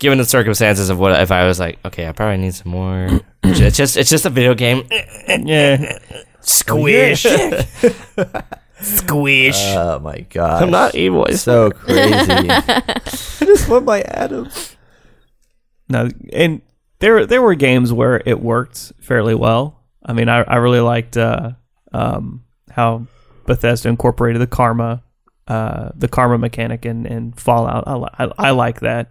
Given the circumstances of what if I was like, okay, I probably need some more. it's just it's just a video game. Eh, yeah. Squish, squish. Oh my god, I'm not evil. It's so crazy. I just want my Adam. No, and there there were games where it worked fairly well. I mean, I I really liked uh, um, how Bethesda incorporated the karma, uh, the karma mechanic in, in Fallout. I, li- I I like that,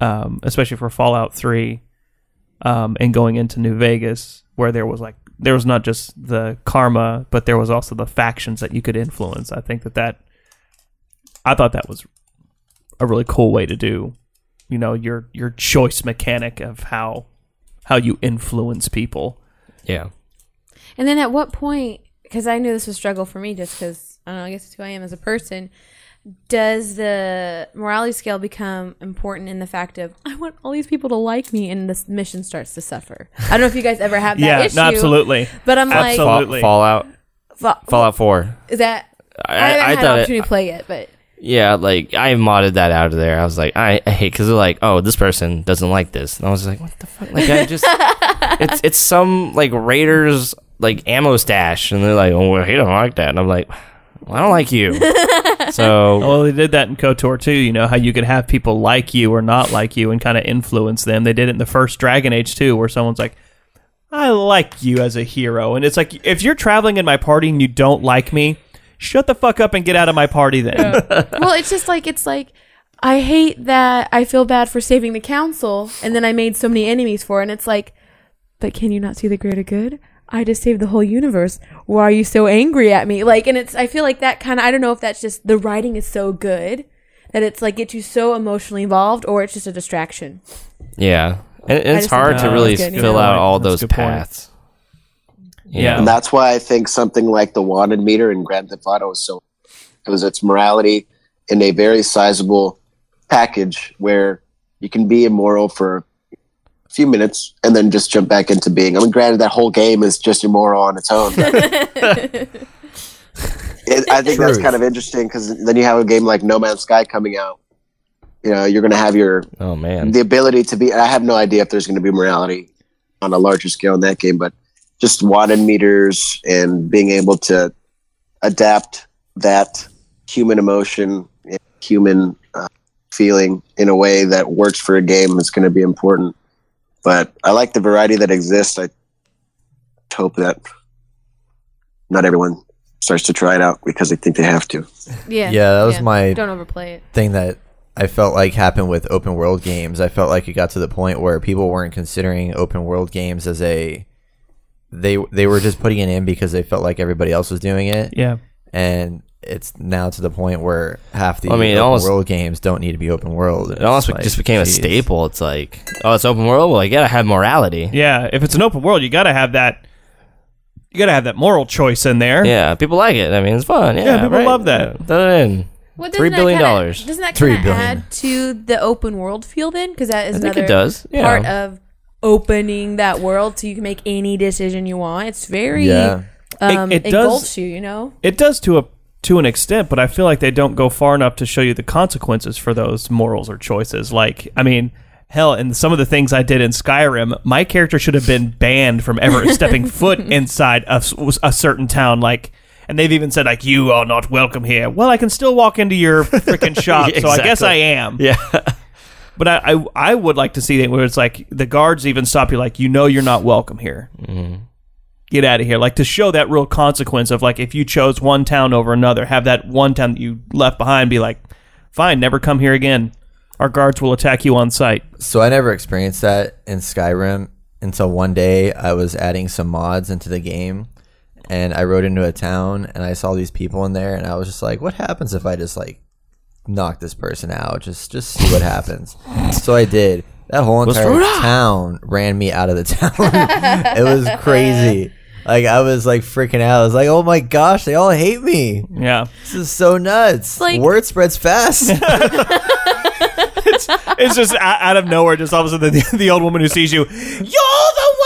um, especially for Fallout Three, um, and going into New Vegas where there was like there was not just the karma, but there was also the factions that you could influence. I think that that I thought that was a really cool way to do you know your your choice mechanic of how how you influence people. yeah. And then at what point, because I knew this was a struggle for me just because, I don't know, I guess it's who I am as a person, does the morality scale become important in the fact of, I want all these people to like me and this mission starts to suffer? I don't know if you guys ever have that yeah, issue. no, absolutely. But I'm Absolutely. like, Fall, Fallout, fa- Fallout Four. is that, I, I- haven't I had an thought it- opportunity to play it, but Yeah, like I modded that out of there. I was like, I, I hate because they're like, oh, this person doesn't like this, and I was like, what the fuck? Like I just, it's it's some like Raiders like ammo stash, and they're like, oh, well, he don't like that, and I'm like, well, I don't like you. so Well, they did that in KOTOR too, you know, how you could have people like you or not like you and kind of influence them. They did it in the first Dragon Age too, where someone's like, I like you as a hero. And it's like, if you're traveling in my party and you don't like me, shut the fuck up and get out of my party then. well, it's just like it's like I hate that I feel bad for saving the council, and then I made so many enemies for, it, and it's like, but can you not see the greater good? I just saved the whole universe. Why are you so angry at me? Like, and it's I feel like that kind of I don't know if that's just the writing is so good that it's like gets you so emotionally involved, or it's just a distraction. yeah, and, and I it's just think hard to that really was good, fill yeah. out all That's a those good point. paths. Oh. Yeah. And that's why I think something like the wanted meter in Grand Theft Auto is so because it's morality in a very sizable package where you can be immoral for a few minutes and then just jump back into being. I mean, granted, that whole game is just immoral on its own. but it, I think that's Truth. kind of interesting because then you have a game like No Man's Sky coming out. You know, you're going to have your Oh man. the ability to be. I have no idea if there's going to be morality on a larger scale in that game, but just wanted meters and being able to adapt that human emotion, and human uh, feeling in a way that works for a game is going to be important. But I like the variety that exists. I hope that not everyone starts to try it out because they think they have to. Yeah, Yeah, that was my Don't overplay it. thing that I felt like happened with open world games. I felt like it got to the point where people weren't considering open world games as a they they were just putting it in because they felt like everybody else was doing it, yeah. and it's now to the point where half the I mean, it open almost- world games don't need to be open world. It almost It's like, just became a geez. staple. It's like, oh, it's open world. Well, I gotta have morality. Yeah. If it's an open world, you got to have that. You got to have that moral choice in there. Yeah, people like it. I mean, it's fun. Yeah, Yeah, people right? love that. Throw it in. Well, Three doesn't that billion kinda- dollars. Doesn't that Three kind of billion. add to the open world feel then? Because that is I think another it does, yeah. part of opening that world, so you can make any decision you want. It's very Yeah. um, It- it does- engulfs you, you know. It does to a to an extent, but I feel like they don't go far enough to show you the consequences for those morals or choices. Like, I mean, Hell, and some of the things I did in Skyrim, my character should have been banned from ever stepping foot inside a, s- a certain town. Like, and they've even said like, "You are not welcome here." Well, I can still walk into your freaking shop, so I guess exactly. I am. Yeah. But I, I, I would like to see that where it's like the guards even stop you, like, you know, you're not welcome here. Get out of here. Like to show that real consequence of like, if you chose one town over another, have that one town that you left behind be like, fine, never come here again. Our guards will attack you on sight. So I never experienced that in Skyrim until one day I was adding some mods into the game and I rode into a town and I saw these people in there and I was just like, what happens if I just like knock this person out? Just just see what happens. so I did. That whole entire town ran me out of the town. it was crazy. Like I was like freaking out. I was like, "Oh my gosh, they all hate me. Yeah. This is so nuts." like- Word spreads fast. it's just o- out of nowhere, just all of a sudden the, the old woman who sees you, you're the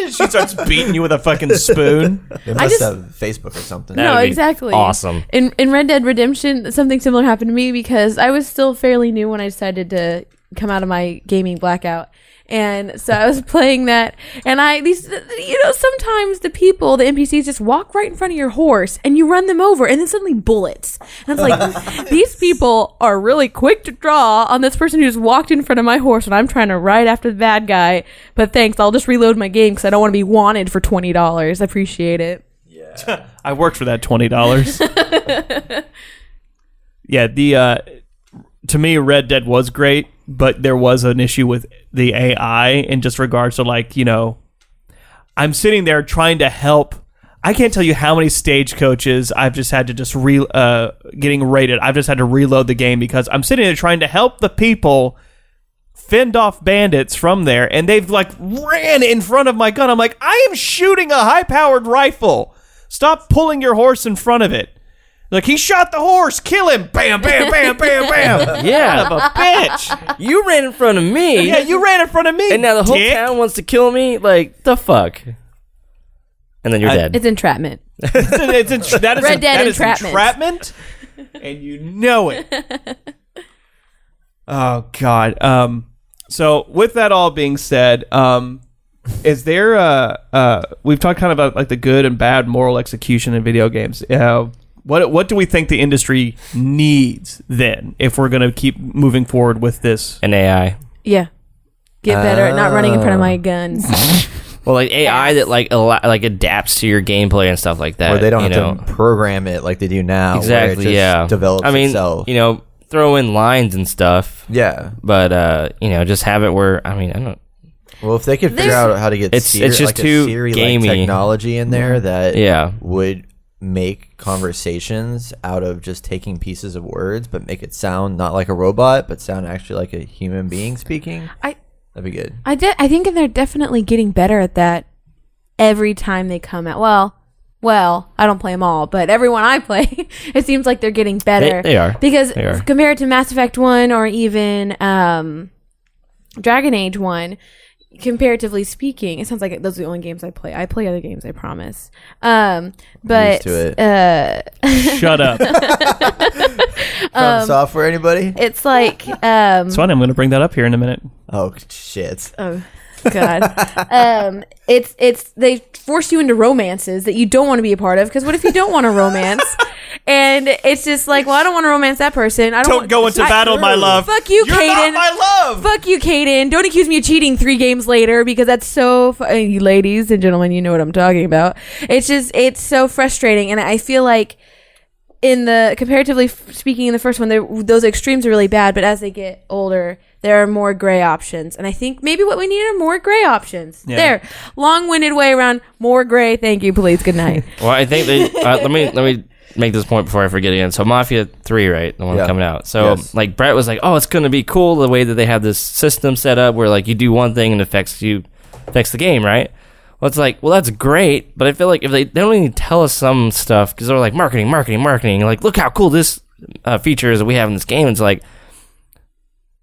one! She starts beating you with a fucking spoon. they must just- have Facebook or something. That no, would be exactly. awesome. In in Red Dead Redemption, something similar happened to me because I was still fairly new when I decided to come out of my gaming blackout. And so I was playing that and I these you know, sometimes the people, the NPCs just walk right in front of your horse and you run them over and then suddenly bullets. And it's like these people are really quick to draw on this person who's walked in front of my horse and I'm trying to ride after the bad guy. But thanks, I'll just reload my game cuz I don't want to be wanted for $20. I appreciate it. I worked for that twenty dollars. yeah, the uh, to me, Red Dead was great, but there was an issue with the AI in just regards to like you know, I'm sitting there trying to help. I can't tell you how many stagecoaches I've just had to just re uh, getting rated. I've just had to reload the game because I'm sitting there trying to help the people fend off bandits from there, and they've like ran in front of my gun. I'm like, I am shooting a high powered rifle. Stop pulling your horse in front of it. Like he shot the horse, kill him! Bam, bam, bam, bam, bam! Yeah. Son of a bitch! you ran in front of me. Yeah, you ran in front of me. and now the whole dick. town wants to kill me. Like the fuck. And then you're I- dead. It's entrapment. it's en- that is Red Dead that is entrapment. entrapment, and you know it. oh God. Um. So with that all being said, um, is there uh uh we've talked kind of about like the good and bad moral execution in video games. Uh, what what do we think the industry needs then if we're going to keep moving forward with this? An AI. Yeah. Get better at not running in front Oh. of my guns. Well, like AI that like al- like adapts to your gameplay and stuff like that. Or they don't you have know? to program it like they do now. where exactly. it just yeah. Develops I mean, itself. you know, throw in lines and stuff, yeah. but uh, you know, just have it where I mean, I don't. Well, if they could figure There's- out how to get It's- Siri- it's just like a too Siri-like gamey. technology in there that Yeah. would make conversations out of just taking pieces of words, but make it sound not like a robot, but sound actually like a human being speaking. I That'd be good. I de- I think they're definitely getting better at that every time they come out. Well, well, I don't play them all, but everyone I play, it seems like they're getting better. they are. because They are. compared to Mass Effect One or even um, Dragon Age One, comparatively speaking, it sounds like those are the only games I play. I play other games, I promise. Um, but to it. uh. Shut up. It's From um, software, anybody? It's like um, funny. I'm going to bring that up here in a minute. Oh shit! Oh God. um, it's it's they force you into romances that you don't want to be a part of because what if you don't want a romance? and it's just like, well, I don't want to romance that person. I don't, Don't want- go into I- battle, my love. Fuck you, You're Caden. not my love. Fuck you, Caden. Don't accuse me of cheating three games later because that's so. Fu- uh, you ladies and gentlemen, you know what I'm talking about. It's just, it's so frustrating. And I feel like in the comparatively f- speaking in the first one there those extremes are really bad but as they get older there are more gray options and i think maybe what we need are more gray options there long-winded way around more gray thank you please good night Well, I think they. Uh, let me let me make this point before I forget again. So Mafia Three, right, the one Yeah. coming out. So Yes. like Brett was like, "Oh, it's going to be cool the way that they have this system set up where like you do one thing and it affects you, affects the game, right?" Well, it's like, well, that's great, but I feel like if they they don't even tell us some stuff because they're like marketing, marketing, marketing. Like, look how cool this uh, feature is that we have in this game. It's like.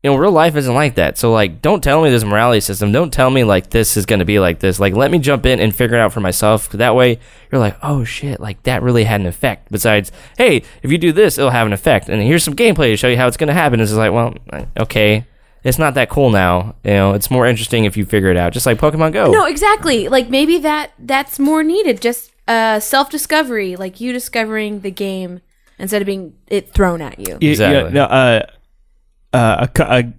You know, real life isn't like that. So, like, don't tell me this morality system. Don't tell me like this is going to be like this. Like, let me jump in and figure it out for myself. 'Cause That way, you're like, oh shit, like that really had an effect. Besides, hey, if you do this, it'll have an effect, and here's some gameplay to show you how it's going to happen. It's just like, well, I- okay, it's not that cool now. You know, it's more interesting if you figure it out. Just like Pokemon Go. No, exactly. Like maybe that that's more needed. Just uh, self discovery, like you discovering the game instead of being it thrown at You- you. you- Exactly. no, uh, uh, a, co- a,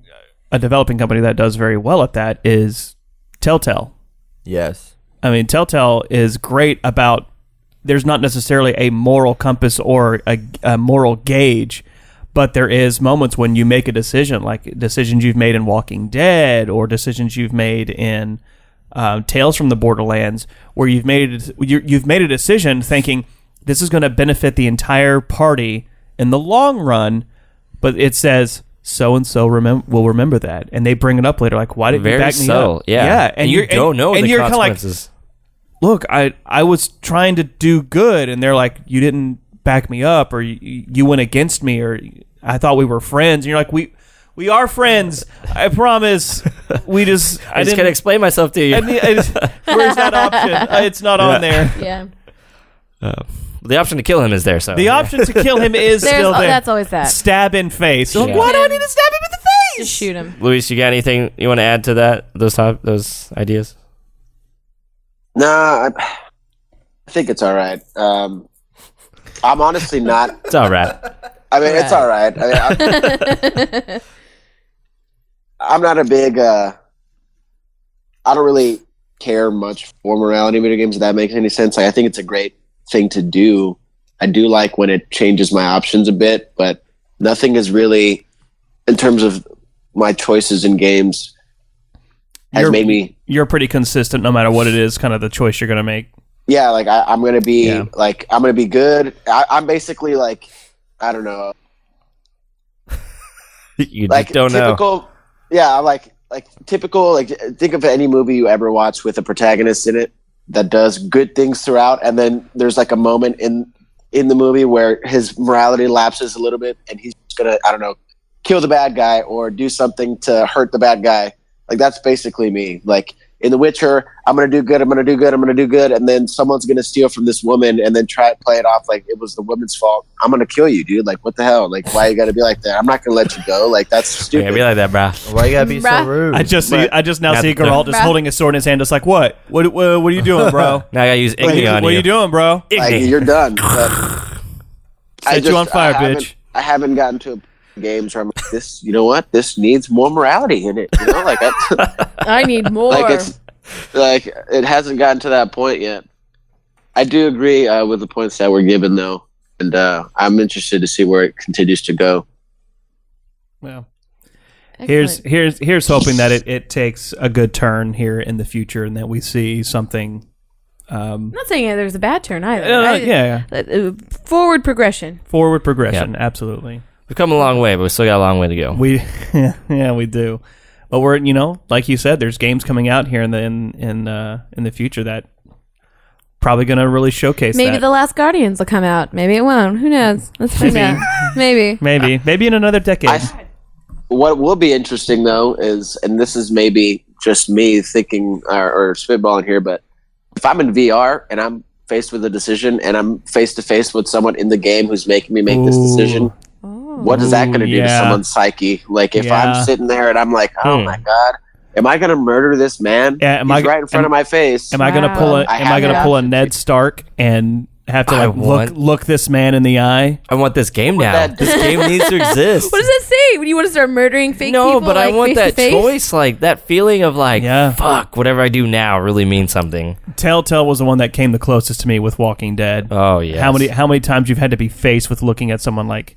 a developing company that does very well at that is Telltale. Yes. I mean, Telltale is great about. There's not necessarily a moral compass or a, a moral gauge, but there is moments when you make a decision, like decisions you've made in Walking Dead or decisions you've made in um, Tales from the Borderlands, where you've made you you've made a decision thinking this is going to benefit the entire party in the long run, but it says so and so remem- will remember that, and they bring it up later, like why did you very back me so. up? Yeah, yeah, and, you you're- don't know and the you're kinda like consequences. look, I I was trying to do good, and they're like, you didn't back me up, or you, you went against me, or I thought we were friends, and you're like, we we are friends, I promise. We just I, I just didn't. can't explain myself to you. I mean, I just- where's that option? Uh, It's not on there. Yeah, the option to kill him is there. So The option to kill him is there's still oh, there. that's always that. Stab in face. Like, Yeah. Why do I Him. need to stab him in the face? Just shoot him. Luis, you got anything you want to add to that? Those top, those ideas. Nah, I, I think it's all right. Um, I'm honestly not. It's all right. I mean, it's all right. I mean, I'm, I'm not a big. Uh, I don't really care much for morality in video games. If that makes any sense, like, I think it's a great thing to do. I do like when it changes my options a bit, but nothing is really, in terms of my choices in games, has You're- made me You're pretty consistent, no matter what it is. Kind of the choice you're gonna make. yeah like I, i'm gonna be Yeah. like i'm gonna be good I, i'm basically like i don't know You like just don't know. typical yeah like like typical like think of any movie you ever watch with a protagonist in it that does good things throughout and then there's like a moment in in the movie where his morality lapses a little bit and he's gonna i don't know kill the bad guy or do something to hurt the bad guy like that's basically me like in the witcher i'm gonna do good i'm gonna do good i'm gonna do good and then someone's gonna steal from this woman and then try to play it off like it was the woman's fault i'm gonna kill you dude like what the hell like why you gotta be like that i'm not gonna let you go like that's stupid Yeah, be like that, bro. Why you gotta be so Bruh. rude? I just see. I just now Not see the- Geralt just Bruh. holding his sword in his hand, just like what? What? What, what are you doing, bro? Now I gotta use What are Igni you- on what are you. you doing, bro? like Igni. you're done. But I Set you on fire, I haven't- bitch. I haven't gotten to a games where I'm like, this. You know what? This needs more morality in it. You know, like I, I need more. like it's like it hasn't gotten to that point yet. I do agree uh, with the points that were given though, and uh, I'm interested to see where it continues to go. Yeah. Here's here's here's hoping that it, it takes a good turn here in the future and that we see something. Um, I'm not saying there's a bad turn either. uh, I- yeah, yeah, uh, uh, forward progression. forward progression, absolutely. We've come a long way, but we still got a long way to go. We yeah we do, but we're you know like you said, there's games coming out here in the in in, uh, in the future that probably gonna really showcase Maybe that. the Last Guardians will come out. Maybe it won't. Who knows? Let's find out. Maybe. maybe maybe in another decade. I, what will be interesting though is, and this is maybe just me thinking or, or spitballing here, but if I'm in VR and I'm faced with a decision and I'm face to face with someone in the game who's making me make this Ooh. decision, what is that going to do to yeah. someone's psyche? Like if Yeah. I'm sitting there and I'm like, oh Hmm. my god, am I going to murder this man? Yeah, am He's I- right in front am- of my face. Am I gonna Wow. pull a I Am I have gonna that pull a Ned Stark and have to I like look want- look this man in the eye? I want this game now. that- This game needs to exist. What does that say? When you want to start murdering fake no, people? but I like, want face to that face? choice, like that feeling of like, Yeah. fuck, whatever I do now really means something. Telltale was the one that came the closest to me with Walking Dead. Oh yeah. How many how many times you've had to be faced with looking at someone like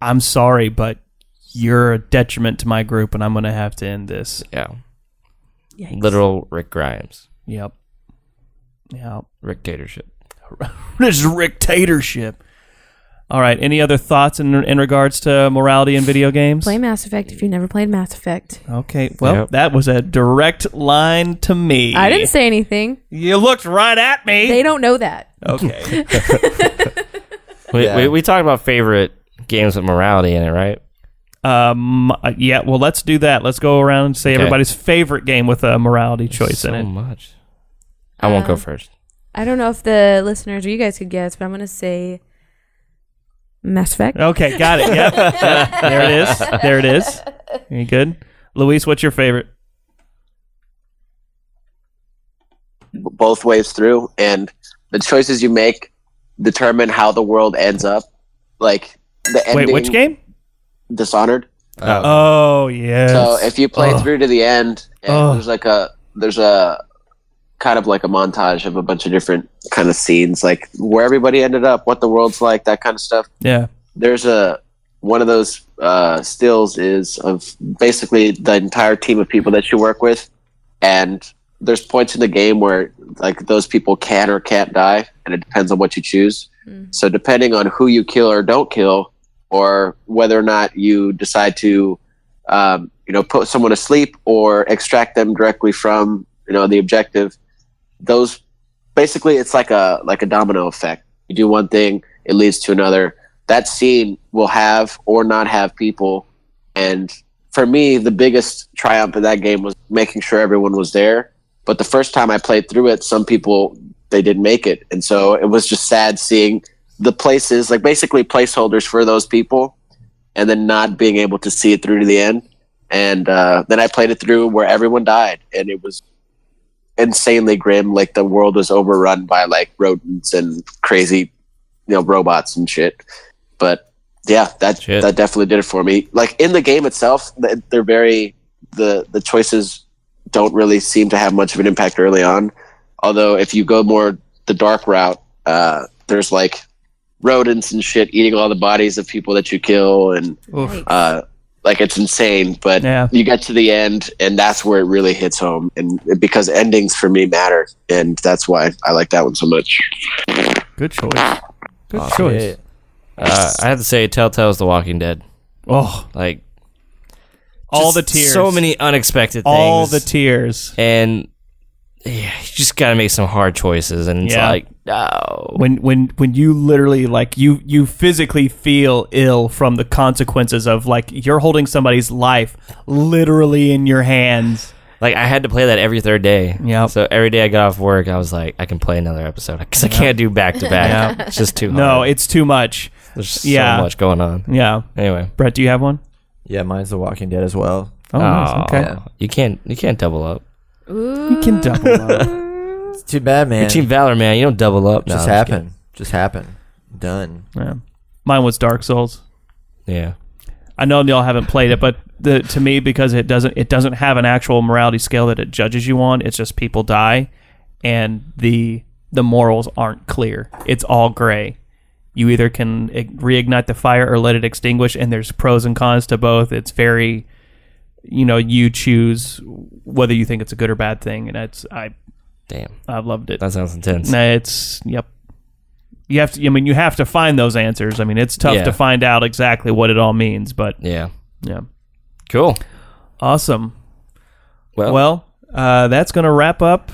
I'm sorry, but you're a detriment to my group and I'm gonna have to end this. Yeah. Yikes. Literal Rick Grimes, Yep. Yeah. Rick dictatorship. This is dictatorship. All right. Any other thoughts in in regards to morality in video games? Play Mass Effect if you never played Mass Effect. Okay. Well, Yep. that was a direct line to me. I didn't say anything. You looked right at me. They don't know that. okay. We, Yeah. we we talked about favorite games with morality in it, right? um. uh, Yeah. Well, let's do that. Let's go around and say Okay. everybody's favorite game with a morality choice so in it. much. I won't go Um, first. I don't know if the listeners or you guys could guess, but I'm going to say Mass Effect. Okay, got it. Yep. there it is. There it is. You good? Luis, what's your favorite? b- both ways through and the choices you make determine how the world ends up like the ending Wait, which game? dishonored Oh. Oh, yes. Oh. so if you play Ugh. through to the end and Ugh. there's like a there's a kind of like a montage of a bunch of different kind of scenes like where everybody ended up what the world's like that kind of stuff yeah. there's a one of those uh, stills is of basically the entire team of people that you work with, and there's points in the game where like those people can or can't die, and it depends on what you choose. Mm. So depending on who you kill or don't kill, or whether or not you decide to, um, you know, put someone to sleep or extract them directly from you know the objective, those basically it's like a like a domino effect. You do one thing, it leads to another that scene will have or not have people. And for me, the biggest triumph of that game was making sure everyone was there. But the first time I played through it, some people they didn't make it, and so it was just sad seeing the places like basically placeholders for those people, and then not being able to see it through to the end. And uh, then I played it through where everyone died, and it was insanely grim. Like the world was overrun by like rodents and crazy, you know, robots and shit but yeah, that Shit. that definitely did it for me. Like in the game itself, th- they're very the the choices don't really seem to have much of an impact early on. Although if you go more the dark route, uh, there's like rodents and shit eating all the bodies of people that you kill, and Oof. uh, like it's insane. But Yeah. you get to the end, and that's where it really hits home, and because endings for me matter, and that's why I like that one so much. Good choice. Good Oh, choice. shit. Uh, I have to say, Telltale's The Walking Dead. Oh, Like all just the tears. so many unexpected All the things, tears. and yeah, you just got to make some hard choices, and it's Yeah. like no, When when when you literally like you you physically feel ill from the consequences of like you're holding somebody's life literally in your hands. like I had to play that every third day. Yep. So every day I got off work, I was like, I can play another episode because I can't do back to back. It's just too hard. No, it's too much. there's yeah. Mm. so much going on. Yeah. Anyway, Brett, do you have one? Yeah, mine's The Walking Dead as well. Oh, nice. okay. Aw, you can't you can't double up. Ooh. You can double up. It's too bad, man. Your team Valor, man, you don't double up. No, just I'm just happen. Just happen. Done. Yeah. Mine was Dark Souls. kidding. Yeah. I know y'all haven't played it, but the to me because it doesn't it doesn't have an actual morality scale that it judges you on. It's just people die, and the the morals aren't clear. It's all gray. You either can ig- reignite the fire or let it extinguish, and there's pros and cons to both. It's very, you know, you choose whether you think it's a good or bad thing, and it's I Damn. I've loved it. That sounds intense. Nah, it's yep. You have to. I mean, you have to find those answers. I mean, it's tough Yeah. to find out exactly what it all means, but Yeah. yeah. Cool. Awesome. Well, Well, uh, that's going to wrap up.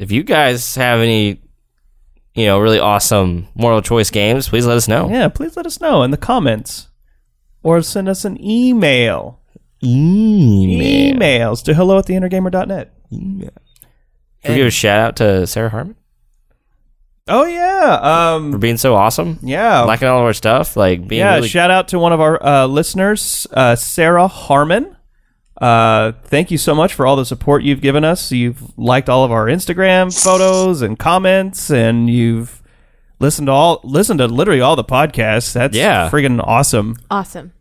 if you guys have any, you know, really awesome moral choice games, please let us know. Yeah, please let us know in the comments or send us an email. Email. Emails to hello at theinnergamer.net. Should we give a shout out to Sarah Harmon Oh, yeah. for Um, being so awesome? yeah. Liking all of our stuff, like being yeah, really shout out to one of our uh, listeners, uh, Sarah Harmon. Uh, thank you so much for all the support you've given us. You've liked all of our Instagram photos and comments, and you've listened to all listened to literally all the podcasts. That's Yeah. friggin' awesome. Awesome.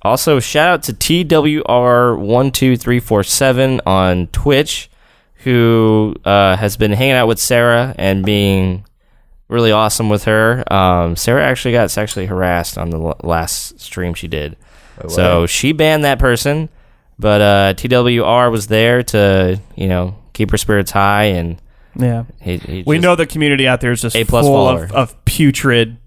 Also, shout out to TWR12347 on Twitch, who uh, has been hanging out with Sarah and being really awesome with her. Um, Sarah actually got sexually harassed on the l- last stream she did. so she banned that person, but uh, TWR was there to, you know, keep her spirits high. And Yeah. he, he We just- know the community out there is just A-plus full follower. of, of putrid,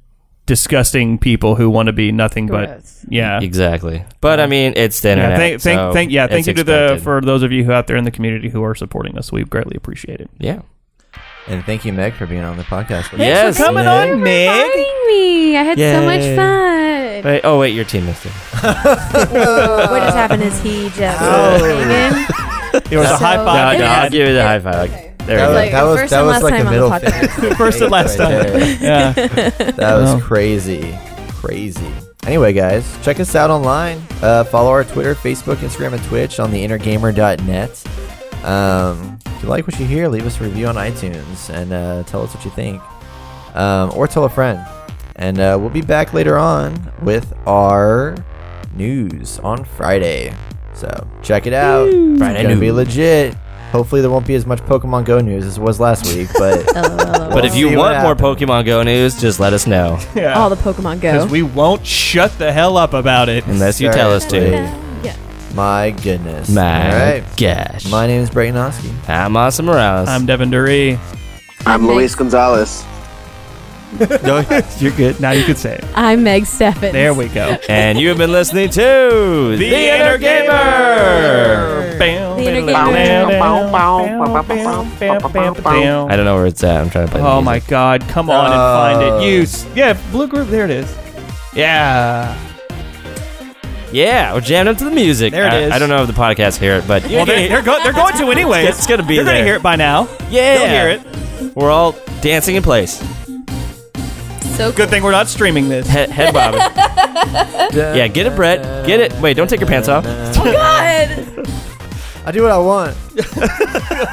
disgusting people who want to be nothing Gross. but yeah. Exactly. But, I mean, it's the Yeah, internet. thank, thank, so thank, yeah, thank it's you to the expected. for those of you who out there in the community who are supporting us. We greatly appreciate it. Yeah. And thank you, Meg, for being on the podcast. with us. Yes. Thanks for coming Meg. on, Meg. Reminding me. I had so much Yay. fun. Wait, oh, wait, your team missed it. what just happened is he just oh. It was a So- high No, five. no, I'll I'll give you the high five. there That was, Like, that was, first that and was last like time a on the middle podcast. finger. First and last Right time. there. Yeah. That was crazy. crazy. Anyway, guys, check us out online. Uh, follow our Twitter, Facebook, Instagram, and Twitch on theinnergamer.net. Um, if you like what you hear, leave us a review on iTunes and uh, tell us what you think. Um, or tell a friend. And uh, we'll be back later on with our news on Friday. So check it out. Friday gonna be legit. Hopefully there won't be as much Pokemon Go news as was last week, but LOL. But if you see what want more happens. Pokemon Go news, just let us know. All the Pokemon Go. Because we won't shut the hell up about it. Unless you tell us to. Yeah. My goodness. My All right. gosh. My name is Brayton Oski. I'm Awesome Morales. I'm Devin Dury. I'm Luis Gonzalez. no, you're good. Now you could say it. I'm Meg Steffens. There we go. And you have been listening to The, Inner Gamer. Bam, The Inner bam, Gamer. bam, bam, bam, bam, bam, bam. I don't know where it's at. I'm trying to play. the Oh music. my god, come on and Uh, find it. You s- yeah, blue group, there it is. Oh. Yeah. Yeah, we're jammed up to the music. There it I, is. I don't know if the podcast hear it, but Well, they're, they're, go- they're going to anyway. It's gonna be They're going to there. hear it by now. yeah, They'll hear it. We're all dancing in place. So Good thing we're not streaming this. Head, head bobbing. yeah, get it, Brett. Get it. Wait, don't take your pants off. cool. Oh, God. I do what I want.